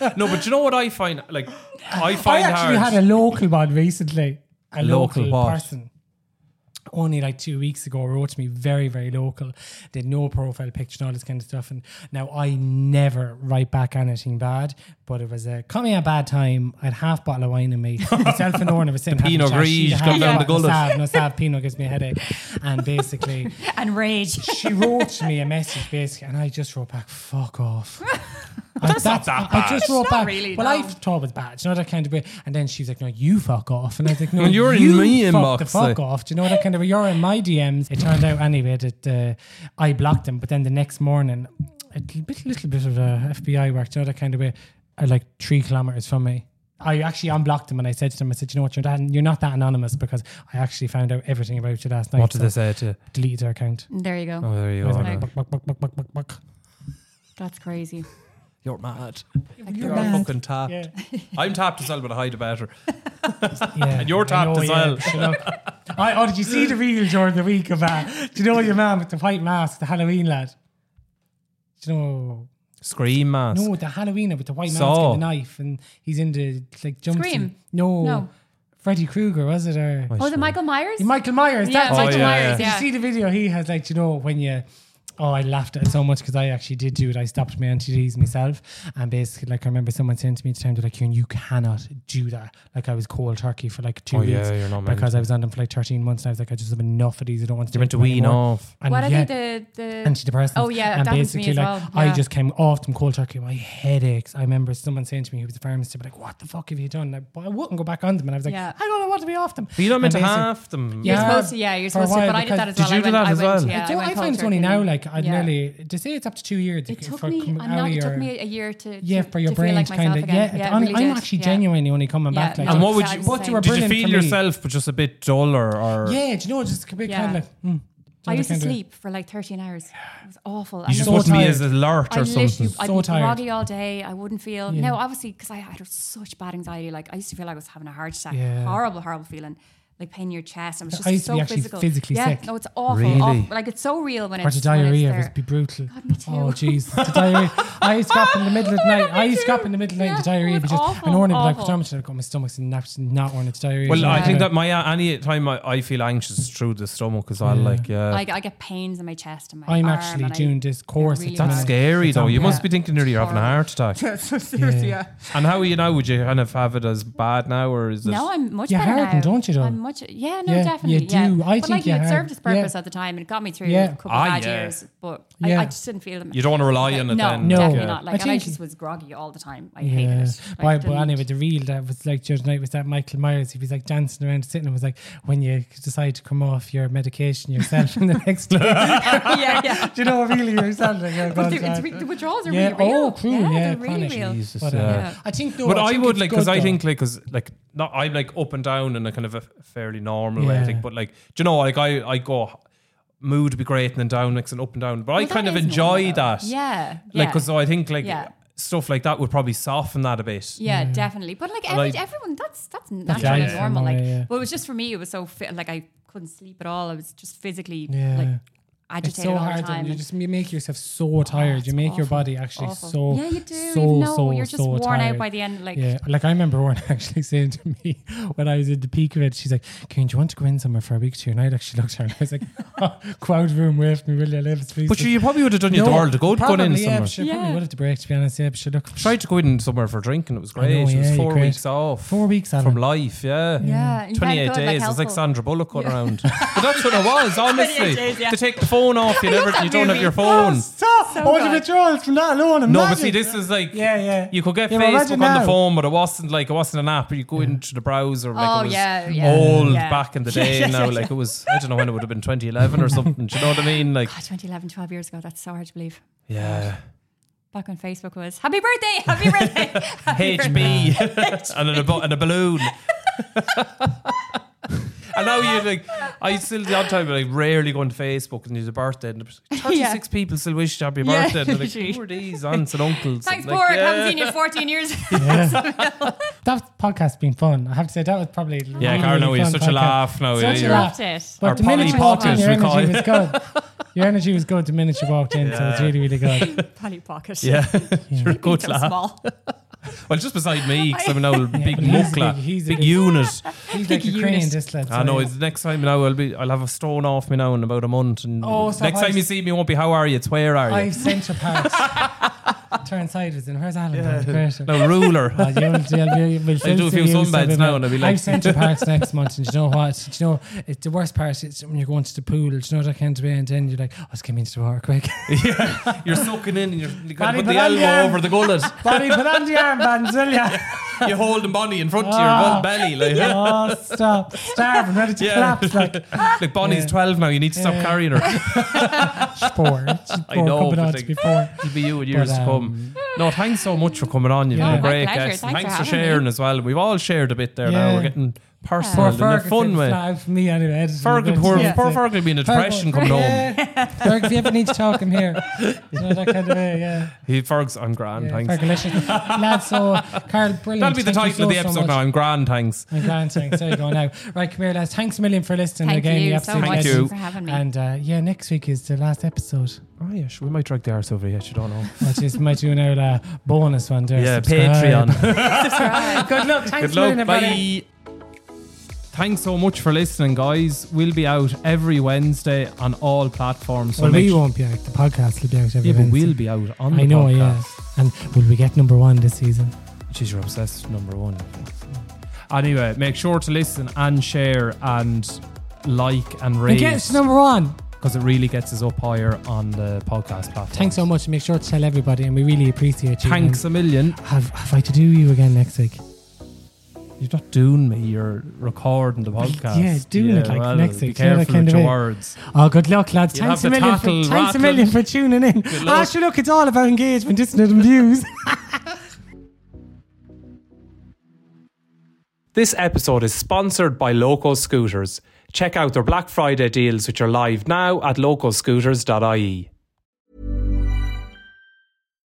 Speaker 6: no,
Speaker 7: No, but you know what I find? Like, I
Speaker 6: I
Speaker 7: find
Speaker 6: actually
Speaker 7: hard.
Speaker 6: had a local one recently. A
Speaker 7: local
Speaker 6: local,
Speaker 7: what?
Speaker 6: person. Only like two weeks ago, wrote to me very, very local. Did no profile picture and all this kind of stuff. And now I never write back anything bad, but it was a coming at a bad time. I had half bottle of wine in me. Myself and Orna were sitting having a
Speaker 7: Pinot
Speaker 6: chat. She'd
Speaker 7: Gris
Speaker 6: half
Speaker 7: come down the
Speaker 6: bottle of
Speaker 7: gullet.
Speaker 6: Sav, no Sav Pinot gives me a headache. And basically,
Speaker 8: and rage.
Speaker 6: she wrote me a message basically, and I just wrote back, "Fuck off." I, that's,
Speaker 7: not that
Speaker 6: I- I just wrote back.
Speaker 8: really,
Speaker 6: well,
Speaker 8: no.
Speaker 6: I thought it was bad. Do you know that kind of way? And then she's like, "No, you fuck off." And I was like, "No,
Speaker 7: You're in
Speaker 6: you
Speaker 7: my
Speaker 6: fuck
Speaker 7: inbox,
Speaker 6: The fuck
Speaker 7: like."
Speaker 6: off. Do you know that kind of way? You're in my DMs. It turned out anyway that uh, I blocked him. But then the next morning, a little bit, little bit of uh, FBI work. Do you know that kind of way? Uh, like three kilometers from me. I actually unblocked him and I said to him, I said, you know what, you're, that, you're not that anonymous because I actually found out everything about you last night.
Speaker 7: What did
Speaker 6: so
Speaker 7: they say to? you?
Speaker 6: Deleted their account.
Speaker 8: There you go.
Speaker 7: Oh, there you
Speaker 6: I was
Speaker 7: go.
Speaker 6: like,
Speaker 7: no.
Speaker 6: "Buck, buck, buck, buck, buck, buck, buck."
Speaker 8: That's crazy.
Speaker 7: You're mad.
Speaker 8: You're
Speaker 7: You're
Speaker 8: mad.
Speaker 7: fucking tapped.
Speaker 6: Yeah.
Speaker 7: I'm tapped as well, but I hide it better.
Speaker 6: Yeah,
Speaker 7: And you're
Speaker 6: I
Speaker 7: tapped
Speaker 6: know,
Speaker 7: as
Speaker 6: yeah,
Speaker 7: well.
Speaker 6: but look, I, oh, did you see the reel during the week of uh, do you know your man with the white mask, the Halloween lad? Do you know?
Speaker 7: Scream mask.
Speaker 6: No, the Halloweener with the white mask
Speaker 7: Saw.
Speaker 6: and the knife, and he's in the like jumpsuit.
Speaker 8: Scream?
Speaker 6: No,
Speaker 8: No.
Speaker 6: Freddy Krueger was it or
Speaker 8: Oh, is it Michael Myers?
Speaker 6: Michael Myers?
Speaker 8: yeah, it's
Speaker 6: That's
Speaker 7: Oh,
Speaker 6: like
Speaker 8: Michael
Speaker 7: yeah,
Speaker 8: Myers.
Speaker 7: yeah.
Speaker 8: Yeah.
Speaker 6: you see the video he has like you know when you Oh, I laughed at it so much because I actually did do it. I stopped my NTDs myself. And basically, like, I remember someone saying to me at the time, they're like, Kieran, you cannot do that. Like, I was cold turkey for like two
Speaker 7: Oh, yeah,
Speaker 6: weeks
Speaker 7: you're not meant
Speaker 6: because
Speaker 7: to.
Speaker 6: I was on them for like 13 months. And I was like, I just have enough of these. I don't want to
Speaker 7: You're
Speaker 6: take
Speaker 7: meant to
Speaker 6: them
Speaker 7: wean
Speaker 6: anymore."
Speaker 7: off.
Speaker 6: And
Speaker 8: what are
Speaker 6: yeah,
Speaker 8: they? The, the
Speaker 6: antidepressants.
Speaker 8: Oh yeah,
Speaker 6: and
Speaker 8: that happened to
Speaker 6: basically,
Speaker 8: me as
Speaker 6: like
Speaker 8: well.
Speaker 6: I
Speaker 8: yeah.
Speaker 6: just came off them cold turkey. My headaches. I remember someone saying to me, who was a pharmacist, but like, "What the fuck have you done?" Like, I wouldn't go back on them, and I was like,
Speaker 8: Yeah.
Speaker 6: "I don't want to be off them."
Speaker 7: But you don't meant to
Speaker 6: And basically-
Speaker 7: half them.
Speaker 8: You're
Speaker 6: Yeah.
Speaker 8: supposed to, yeah, you're
Speaker 6: for a
Speaker 8: supposed to.
Speaker 6: while
Speaker 8: But I did that as
Speaker 6: because-
Speaker 8: well.
Speaker 7: Did you
Speaker 8: I
Speaker 7: do
Speaker 8: went,
Speaker 7: that
Speaker 8: I
Speaker 7: as
Speaker 8: went,
Speaker 7: well?
Speaker 8: Yeah,
Speaker 6: I,
Speaker 8: I,
Speaker 6: do,
Speaker 8: went
Speaker 6: I
Speaker 8: cold
Speaker 6: find it's only
Speaker 8: turkey.
Speaker 6: now. Like I would
Speaker 8: Yeah.
Speaker 6: nearly they say it's up to two years.
Speaker 8: It
Speaker 6: if-
Speaker 8: took
Speaker 6: for
Speaker 8: me.
Speaker 6: coming
Speaker 8: I'm
Speaker 6: out
Speaker 8: not.
Speaker 6: of
Speaker 8: It
Speaker 6: your-
Speaker 8: took me a year to.
Speaker 6: yeah
Speaker 8: to,
Speaker 6: for your
Speaker 8: to feel
Speaker 6: brain
Speaker 8: like
Speaker 6: to kind
Speaker 8: myself
Speaker 6: of
Speaker 8: again.
Speaker 6: yeah.
Speaker 8: it
Speaker 6: I'm,
Speaker 8: really
Speaker 6: I'm
Speaker 8: did,
Speaker 6: actually
Speaker 8: yeah.
Speaker 6: genuinely only coming
Speaker 8: Yeah,
Speaker 6: back.
Speaker 8: it
Speaker 6: Like,
Speaker 8: does.
Speaker 7: And what would
Speaker 8: Sad
Speaker 7: you,
Speaker 8: to
Speaker 7: what
Speaker 8: say.
Speaker 7: you
Speaker 8: Did
Speaker 7: did
Speaker 8: you
Speaker 7: you
Speaker 6: brilliant
Speaker 7: feel
Speaker 6: for me.
Speaker 7: yourself, but just a bit duller, or
Speaker 6: Yeah, do you know it's just a bit
Speaker 8: Yeah.
Speaker 6: kind of like. Mm,
Speaker 8: I used to
Speaker 6: kind of-
Speaker 8: sleep for like 13 hours. It was awful.
Speaker 7: you
Speaker 8: And
Speaker 7: just
Speaker 8: then-
Speaker 7: want to be
Speaker 6: tired.
Speaker 7: as alert
Speaker 8: I
Speaker 7: or
Speaker 8: literally,
Speaker 7: something?
Speaker 8: I'd
Speaker 6: So
Speaker 8: be
Speaker 6: tired.
Speaker 8: groggy all day. I wouldn't feel. No, obviously, because I had such bad anxiety. Like I used to feel like I was having a heart attack.
Speaker 6: Yeah.
Speaker 8: Horrible, horrible feeling. Like pain in your chest. I was just
Speaker 6: I used to
Speaker 8: so
Speaker 6: be actually
Speaker 8: physical.
Speaker 6: physically
Speaker 8: yeah,
Speaker 6: sick.
Speaker 8: No, it's awful.
Speaker 7: Really?
Speaker 8: awful. Like it's so real when
Speaker 6: Or
Speaker 8: it's
Speaker 6: to
Speaker 8: when it's
Speaker 6: diarrhea, it
Speaker 8: there.
Speaker 6: would be brutal.
Speaker 8: God, me too.
Speaker 6: Oh, jeez. The diarrhea. I used to go up in the middle of the
Speaker 8: Oh my
Speaker 6: night.
Speaker 8: God, me
Speaker 6: I used to go up
Speaker 8: too.
Speaker 6: in the middle of the night, the
Speaker 8: Yeah,
Speaker 6: diarrhea.
Speaker 8: it
Speaker 6: But
Speaker 8: was
Speaker 6: just,
Speaker 8: awful,
Speaker 6: an ornament, like,
Speaker 8: awful.
Speaker 6: for stomach, I've got my stomach's not, not ornament, it's diarrhea.
Speaker 7: Well,
Speaker 6: so
Speaker 7: I
Speaker 6: it's
Speaker 7: think
Speaker 6: like-
Speaker 7: that my uh, any time I, I feel anxious is through the stomach as well. Like, uh, yeah,
Speaker 8: I, I get pains in my chest and my.
Speaker 6: I'm
Speaker 8: arm
Speaker 6: actually
Speaker 8: and I-
Speaker 6: doing this course.
Speaker 8: really
Speaker 6: it's
Speaker 8: bad.
Speaker 7: that's
Speaker 6: like-
Speaker 7: scary
Speaker 6: it's
Speaker 7: though. You
Speaker 6: on-
Speaker 7: must be thinking nearly you're having a heart attack.
Speaker 9: so seriously, yeah.
Speaker 7: And how are you now? Would you kind of have it as bad now, or is it?
Speaker 8: No, I'm much
Speaker 6: You
Speaker 8: better
Speaker 6: harden,
Speaker 8: now.
Speaker 6: don't you, though?
Speaker 8: I'm much. Yeah, no,
Speaker 6: Yeah, you
Speaker 8: definitely. yeah.
Speaker 6: do. I
Speaker 8: but
Speaker 6: think
Speaker 8: like
Speaker 6: you
Speaker 8: it
Speaker 6: har-
Speaker 8: served its
Speaker 6: yeah.
Speaker 8: purpose at the time, and it got me through
Speaker 6: Yeah.
Speaker 8: a couple
Speaker 7: Ah,
Speaker 8: of bad
Speaker 7: yeah.
Speaker 8: years. But
Speaker 6: Yeah.
Speaker 8: I, I just didn't feel.
Speaker 7: You don't wanna rely on it
Speaker 8: No,
Speaker 7: then,
Speaker 8: no,
Speaker 6: like,
Speaker 8: definitely
Speaker 6: uh,
Speaker 8: not.
Speaker 6: I
Speaker 8: Like, and I
Speaker 6: think-
Speaker 8: just was groggy all the time. I hated
Speaker 6: Yeah,
Speaker 8: it.
Speaker 6: but,
Speaker 8: Like,
Speaker 6: but
Speaker 8: didn't-
Speaker 6: anyway, the real that was like the other night was that Michael Myers. He was like dancing around, sitting, and was like, "When you decide to come off your medication yourself in the next day,
Speaker 8: yeah, yeah.
Speaker 6: do you know what really yourself?" Like, oh,
Speaker 8: But
Speaker 6: God,
Speaker 8: the, it's
Speaker 6: God.
Speaker 8: re- the withdrawals are
Speaker 6: yeah,
Speaker 8: really real.
Speaker 6: oh, cruel,
Speaker 8: yeah,
Speaker 6: yeah,
Speaker 8: they're really
Speaker 6: chronic.
Speaker 8: real.
Speaker 6: But, uh,
Speaker 8: yeah.
Speaker 6: I think though,
Speaker 7: But
Speaker 6: I,
Speaker 7: I,
Speaker 6: think
Speaker 7: would
Speaker 6: it's
Speaker 7: like because
Speaker 6: good,
Speaker 7: I
Speaker 6: though.
Speaker 7: think like because like not I'm like up and down in a kind of a f- fairly normal way. I
Speaker 6: Yeah.
Speaker 7: think, but like do you know like I I go mood be great and then down next and up and down. But I
Speaker 8: Well, that
Speaker 7: kind of
Speaker 8: is
Speaker 7: enjoy
Speaker 8: normal.
Speaker 7: that.
Speaker 8: Yeah,
Speaker 7: Like
Speaker 8: yeah.
Speaker 7: because I think like
Speaker 8: Yeah.
Speaker 7: stuff like that would probably soften that a bit.
Speaker 8: Yeah, definitely. But like, every,
Speaker 7: like-
Speaker 8: everyone, that's that's natural
Speaker 6: yeah,
Speaker 8: and normal.
Speaker 6: yeah,
Speaker 8: Like,
Speaker 6: yeah.
Speaker 8: but it was just for me. It was so fit. Like I couldn't sleep at all. I was just physically
Speaker 6: Yeah.
Speaker 8: like
Speaker 6: it's
Speaker 8: agitated
Speaker 6: so
Speaker 8: all
Speaker 6: hard.
Speaker 8: the time.
Speaker 6: and you
Speaker 8: and-
Speaker 6: just you make yourself so tired. You make your
Speaker 8: awful,
Speaker 6: body actually
Speaker 8: awful.
Speaker 6: so
Speaker 8: Yeah, you do. You've
Speaker 6: so
Speaker 8: no-
Speaker 6: so
Speaker 8: you're just
Speaker 6: so
Speaker 8: worn out
Speaker 6: tired.
Speaker 8: by the end, like-
Speaker 6: yeah, like I remember Warren actually saying to me when I was at the peak of it, she's like, "Karen, do you want to go in somewhere for a week or two? And I actually looked at her and I was like, oh, "Go out room with me, will you? Live please."
Speaker 7: But you, you probably would have done your door to go go in somewhere.
Speaker 6: Yeah, she
Speaker 8: Yeah.
Speaker 6: probably would have to break. To be honest, yeah, but she look.
Speaker 7: Tried to go in somewhere for a drink and it was
Speaker 6: I know,
Speaker 7: great. it
Speaker 6: yeah,
Speaker 7: was
Speaker 6: you're
Speaker 7: four
Speaker 6: great.
Speaker 7: weeks off.
Speaker 6: Four weeks,
Speaker 7: from
Speaker 6: Alan.
Speaker 7: life, yeah.
Speaker 8: Yeah, you
Speaker 7: Twenty eight
Speaker 8: can't go, like,
Speaker 7: days. it's like
Speaker 8: helpful.
Speaker 7: Sandra Bullock going around. But that's what it was, honestly.
Speaker 8: days, yeah.
Speaker 7: To take the phone off you, never,
Speaker 8: that
Speaker 7: you don't have
Speaker 8: movie.
Speaker 7: your phone.
Speaker 6: Stop!
Speaker 8: So
Speaker 6: oh,
Speaker 8: good.
Speaker 6: the withdrawals from that alone.
Speaker 7: No, but
Speaker 6: imagine.
Speaker 7: see, this is like
Speaker 6: Yeah, yeah.
Speaker 7: You could get
Speaker 6: Yeah, but
Speaker 7: Facebook on
Speaker 6: imagine
Speaker 7: the
Speaker 6: now.
Speaker 7: phone, but it wasn't like it wasn't an app. You go into the browser, like
Speaker 8: Oh,
Speaker 7: it was
Speaker 8: yeah, yeah,
Speaker 7: old
Speaker 8: yeah.
Speaker 7: back in the day. now, like it was, I don't know when it would have been 2011 or something. Do you know what I mean? Like,
Speaker 8: God, 2011, 12 years ago. That's so hard to believe.
Speaker 7: yeah,
Speaker 8: Back when Facebook was happy birthday, happy birthday. happy
Speaker 7: HB and, a, and a balloon. and now you like, I still the odd time like rarely go on Facebook and it's a birthday, and there's thirty
Speaker 8: Yeah.
Speaker 7: six people still wish you happy
Speaker 8: Yeah,
Speaker 7: birthday. And they're like,
Speaker 8: literally.
Speaker 7: who are these aunts and uncles?
Speaker 8: Thanks,
Speaker 7: like,
Speaker 8: board.
Speaker 7: yeah.
Speaker 8: Haven't seen you in 14 years.
Speaker 6: that podcast's been fun. I have to say that was probably
Speaker 7: Yeah,
Speaker 6: really,
Speaker 7: Karen, no,
Speaker 6: really
Speaker 7: you're
Speaker 6: fun
Speaker 7: such a
Speaker 6: podcast.
Speaker 7: laugh now.
Speaker 6: Mm. Such
Speaker 7: yeah,
Speaker 6: a
Speaker 7: you're-
Speaker 6: laugh.
Speaker 8: Loved it.
Speaker 7: Our
Speaker 6: But the minute you
Speaker 7: Polly
Speaker 6: walked in, your
Speaker 7: Pockets, we
Speaker 6: energy was good. Your energy was good the minute you walked in, so it's really, really good.
Speaker 8: Polly Pocket.
Speaker 7: Yeah, you're a good
Speaker 8: So
Speaker 7: laugh.
Speaker 8: small.
Speaker 7: Well, just beside me, because I'm an old big
Speaker 6: but he's
Speaker 7: muckler,
Speaker 6: big- he's a
Speaker 7: big
Speaker 6: big-
Speaker 7: unit.
Speaker 6: He's like
Speaker 8: Big
Speaker 6: Ukrainian,
Speaker 8: unit.
Speaker 6: this lad.
Speaker 7: I know. It's next time now, I'll be. I'll have a stone off me now in about a month. And
Speaker 6: Oh, so
Speaker 7: next
Speaker 6: I've-
Speaker 7: time you see me, it won't be how are you? It's where are you?
Speaker 6: I've centre parts. Turn sideways in. Where's Alan? Yeah. Great.
Speaker 7: no ruler.
Speaker 6: Oh, you'll, you'll, you'll, we'll
Speaker 7: do a few sunbeds now and I'll be like-
Speaker 6: I've centre parts next month, and do you know what? Do you know it's the worst part is when you're going to the pool. Do you know that kind of way, and then you're like, oh, "Let's get me into the water quick."
Speaker 7: You're soaking in, and you're, you got to
Speaker 6: Barry
Speaker 7: put the
Speaker 6: Bonanza.
Speaker 7: elbow over the gullet.
Speaker 6: Bobby, put on the armbands, will ya?
Speaker 7: You're holding Bonnie in front of
Speaker 6: Ah.
Speaker 7: your bu- belly, like.
Speaker 6: Oh, stop! Starving, ready to
Speaker 7: Yeah.
Speaker 6: collapse like
Speaker 7: Like Bonnie's
Speaker 6: Yeah.
Speaker 7: twelve now. You need to stop
Speaker 6: Yeah.
Speaker 7: carrying her.
Speaker 6: sport.
Speaker 7: I know,
Speaker 6: coming
Speaker 7: but
Speaker 6: on
Speaker 7: like-
Speaker 6: to be poor.
Speaker 7: It'll be you in years
Speaker 6: But, um,
Speaker 7: to come. No, thanks so much for coming on. You've been
Speaker 6: Yeah.
Speaker 7: a
Speaker 6: Oh,
Speaker 8: my
Speaker 7: great
Speaker 8: pleasure.
Speaker 7: guest.
Speaker 8: Thanks
Speaker 7: Thanks
Speaker 8: for
Speaker 7: for
Speaker 8: having me.
Speaker 7: sharing as well. We've all shared a bit there now.
Speaker 6: Yeah.
Speaker 7: We're getting
Speaker 6: Poor
Speaker 7: personal in a
Speaker 6: Fergus,
Speaker 7: fun way.
Speaker 6: Not out for me anyway. I just-
Speaker 7: Fergus, poor,
Speaker 6: Yeah.
Speaker 7: poor Fergus will be in a depression coming home.
Speaker 6: Yeah. Fergus, if you ever need to talk, I'm here. You know, that kind of way, yeah.
Speaker 7: He, Fergus, I'm grand,
Speaker 6: yeah
Speaker 7: thanks.
Speaker 6: Fergalicious. Lad, so, Carl, brilliant.
Speaker 7: That'll be the
Speaker 6: Thank you
Speaker 7: title of
Speaker 6: so,
Speaker 7: the
Speaker 6: so
Speaker 7: episode
Speaker 6: much.
Speaker 7: now. I'm grand, thanks.
Speaker 6: I'm glad thanks. There you go now. Right, come here, lads. Thanks a million for listening
Speaker 8: Thank
Speaker 6: again.
Speaker 8: you so
Speaker 6: absolute
Speaker 7: much
Speaker 6: legends.
Speaker 8: for having me.
Speaker 6: And uh, yeah, next week is the last episode.
Speaker 7: Oh, yeah, sure, we might drag the arse over yet. You don't know.
Speaker 6: Which is might do an old uh, bonus one there.
Speaker 7: Yeah,
Speaker 6: Subscribe.
Speaker 7: Patreon.
Speaker 6: Good luck. Thanks
Speaker 7: Good
Speaker 6: a million,
Speaker 7: luck.
Speaker 6: everybody.
Speaker 7: Bye. Thanks Thanks so much for listening, guys. We'll be out every Wednesday on all platforms. So
Speaker 6: well,
Speaker 7: make
Speaker 6: we
Speaker 7: su-
Speaker 6: won't be out. The podcast will be out every
Speaker 7: Yeah, but
Speaker 6: Wednesday.
Speaker 7: we'll be out on the
Speaker 6: I know, yeah.
Speaker 7: podcast.
Speaker 6: And will we get number one this season?
Speaker 7: Jeez, you're obsessed with number one. Anyway, make sure to listen and share and like and
Speaker 6: And get us
Speaker 7: rate
Speaker 6: to number one.
Speaker 7: because it really gets us up higher on the podcast platform.
Speaker 6: Thanks so much. Make sure to tell everybody, and we really appreciate you.
Speaker 7: Thanks
Speaker 6: And
Speaker 7: a million.
Speaker 6: Have, have I to do you again next week?
Speaker 7: You're not doing me. You're recording the podcast.
Speaker 6: yeah, doing it like
Speaker 7: well,
Speaker 6: next
Speaker 7: Be
Speaker 6: week, you know, that
Speaker 7: careful
Speaker 6: kind
Speaker 7: with
Speaker 6: of
Speaker 7: your
Speaker 6: way.
Speaker 7: words.
Speaker 6: Oh, good luck, lads.
Speaker 7: You'll
Speaker 6: Thanks a
Speaker 7: have the
Speaker 6: million.
Speaker 7: tackle
Speaker 6: For, thanks a
Speaker 7: rattling.
Speaker 6: million for tuning in.
Speaker 7: luck.
Speaker 6: Ah, sure, look, it's all about engagement, isn't it? And views.
Speaker 5: This episode is sponsored by Loco Scooters. Check out their Black Friday deals, which are live now at locoscooters.ie.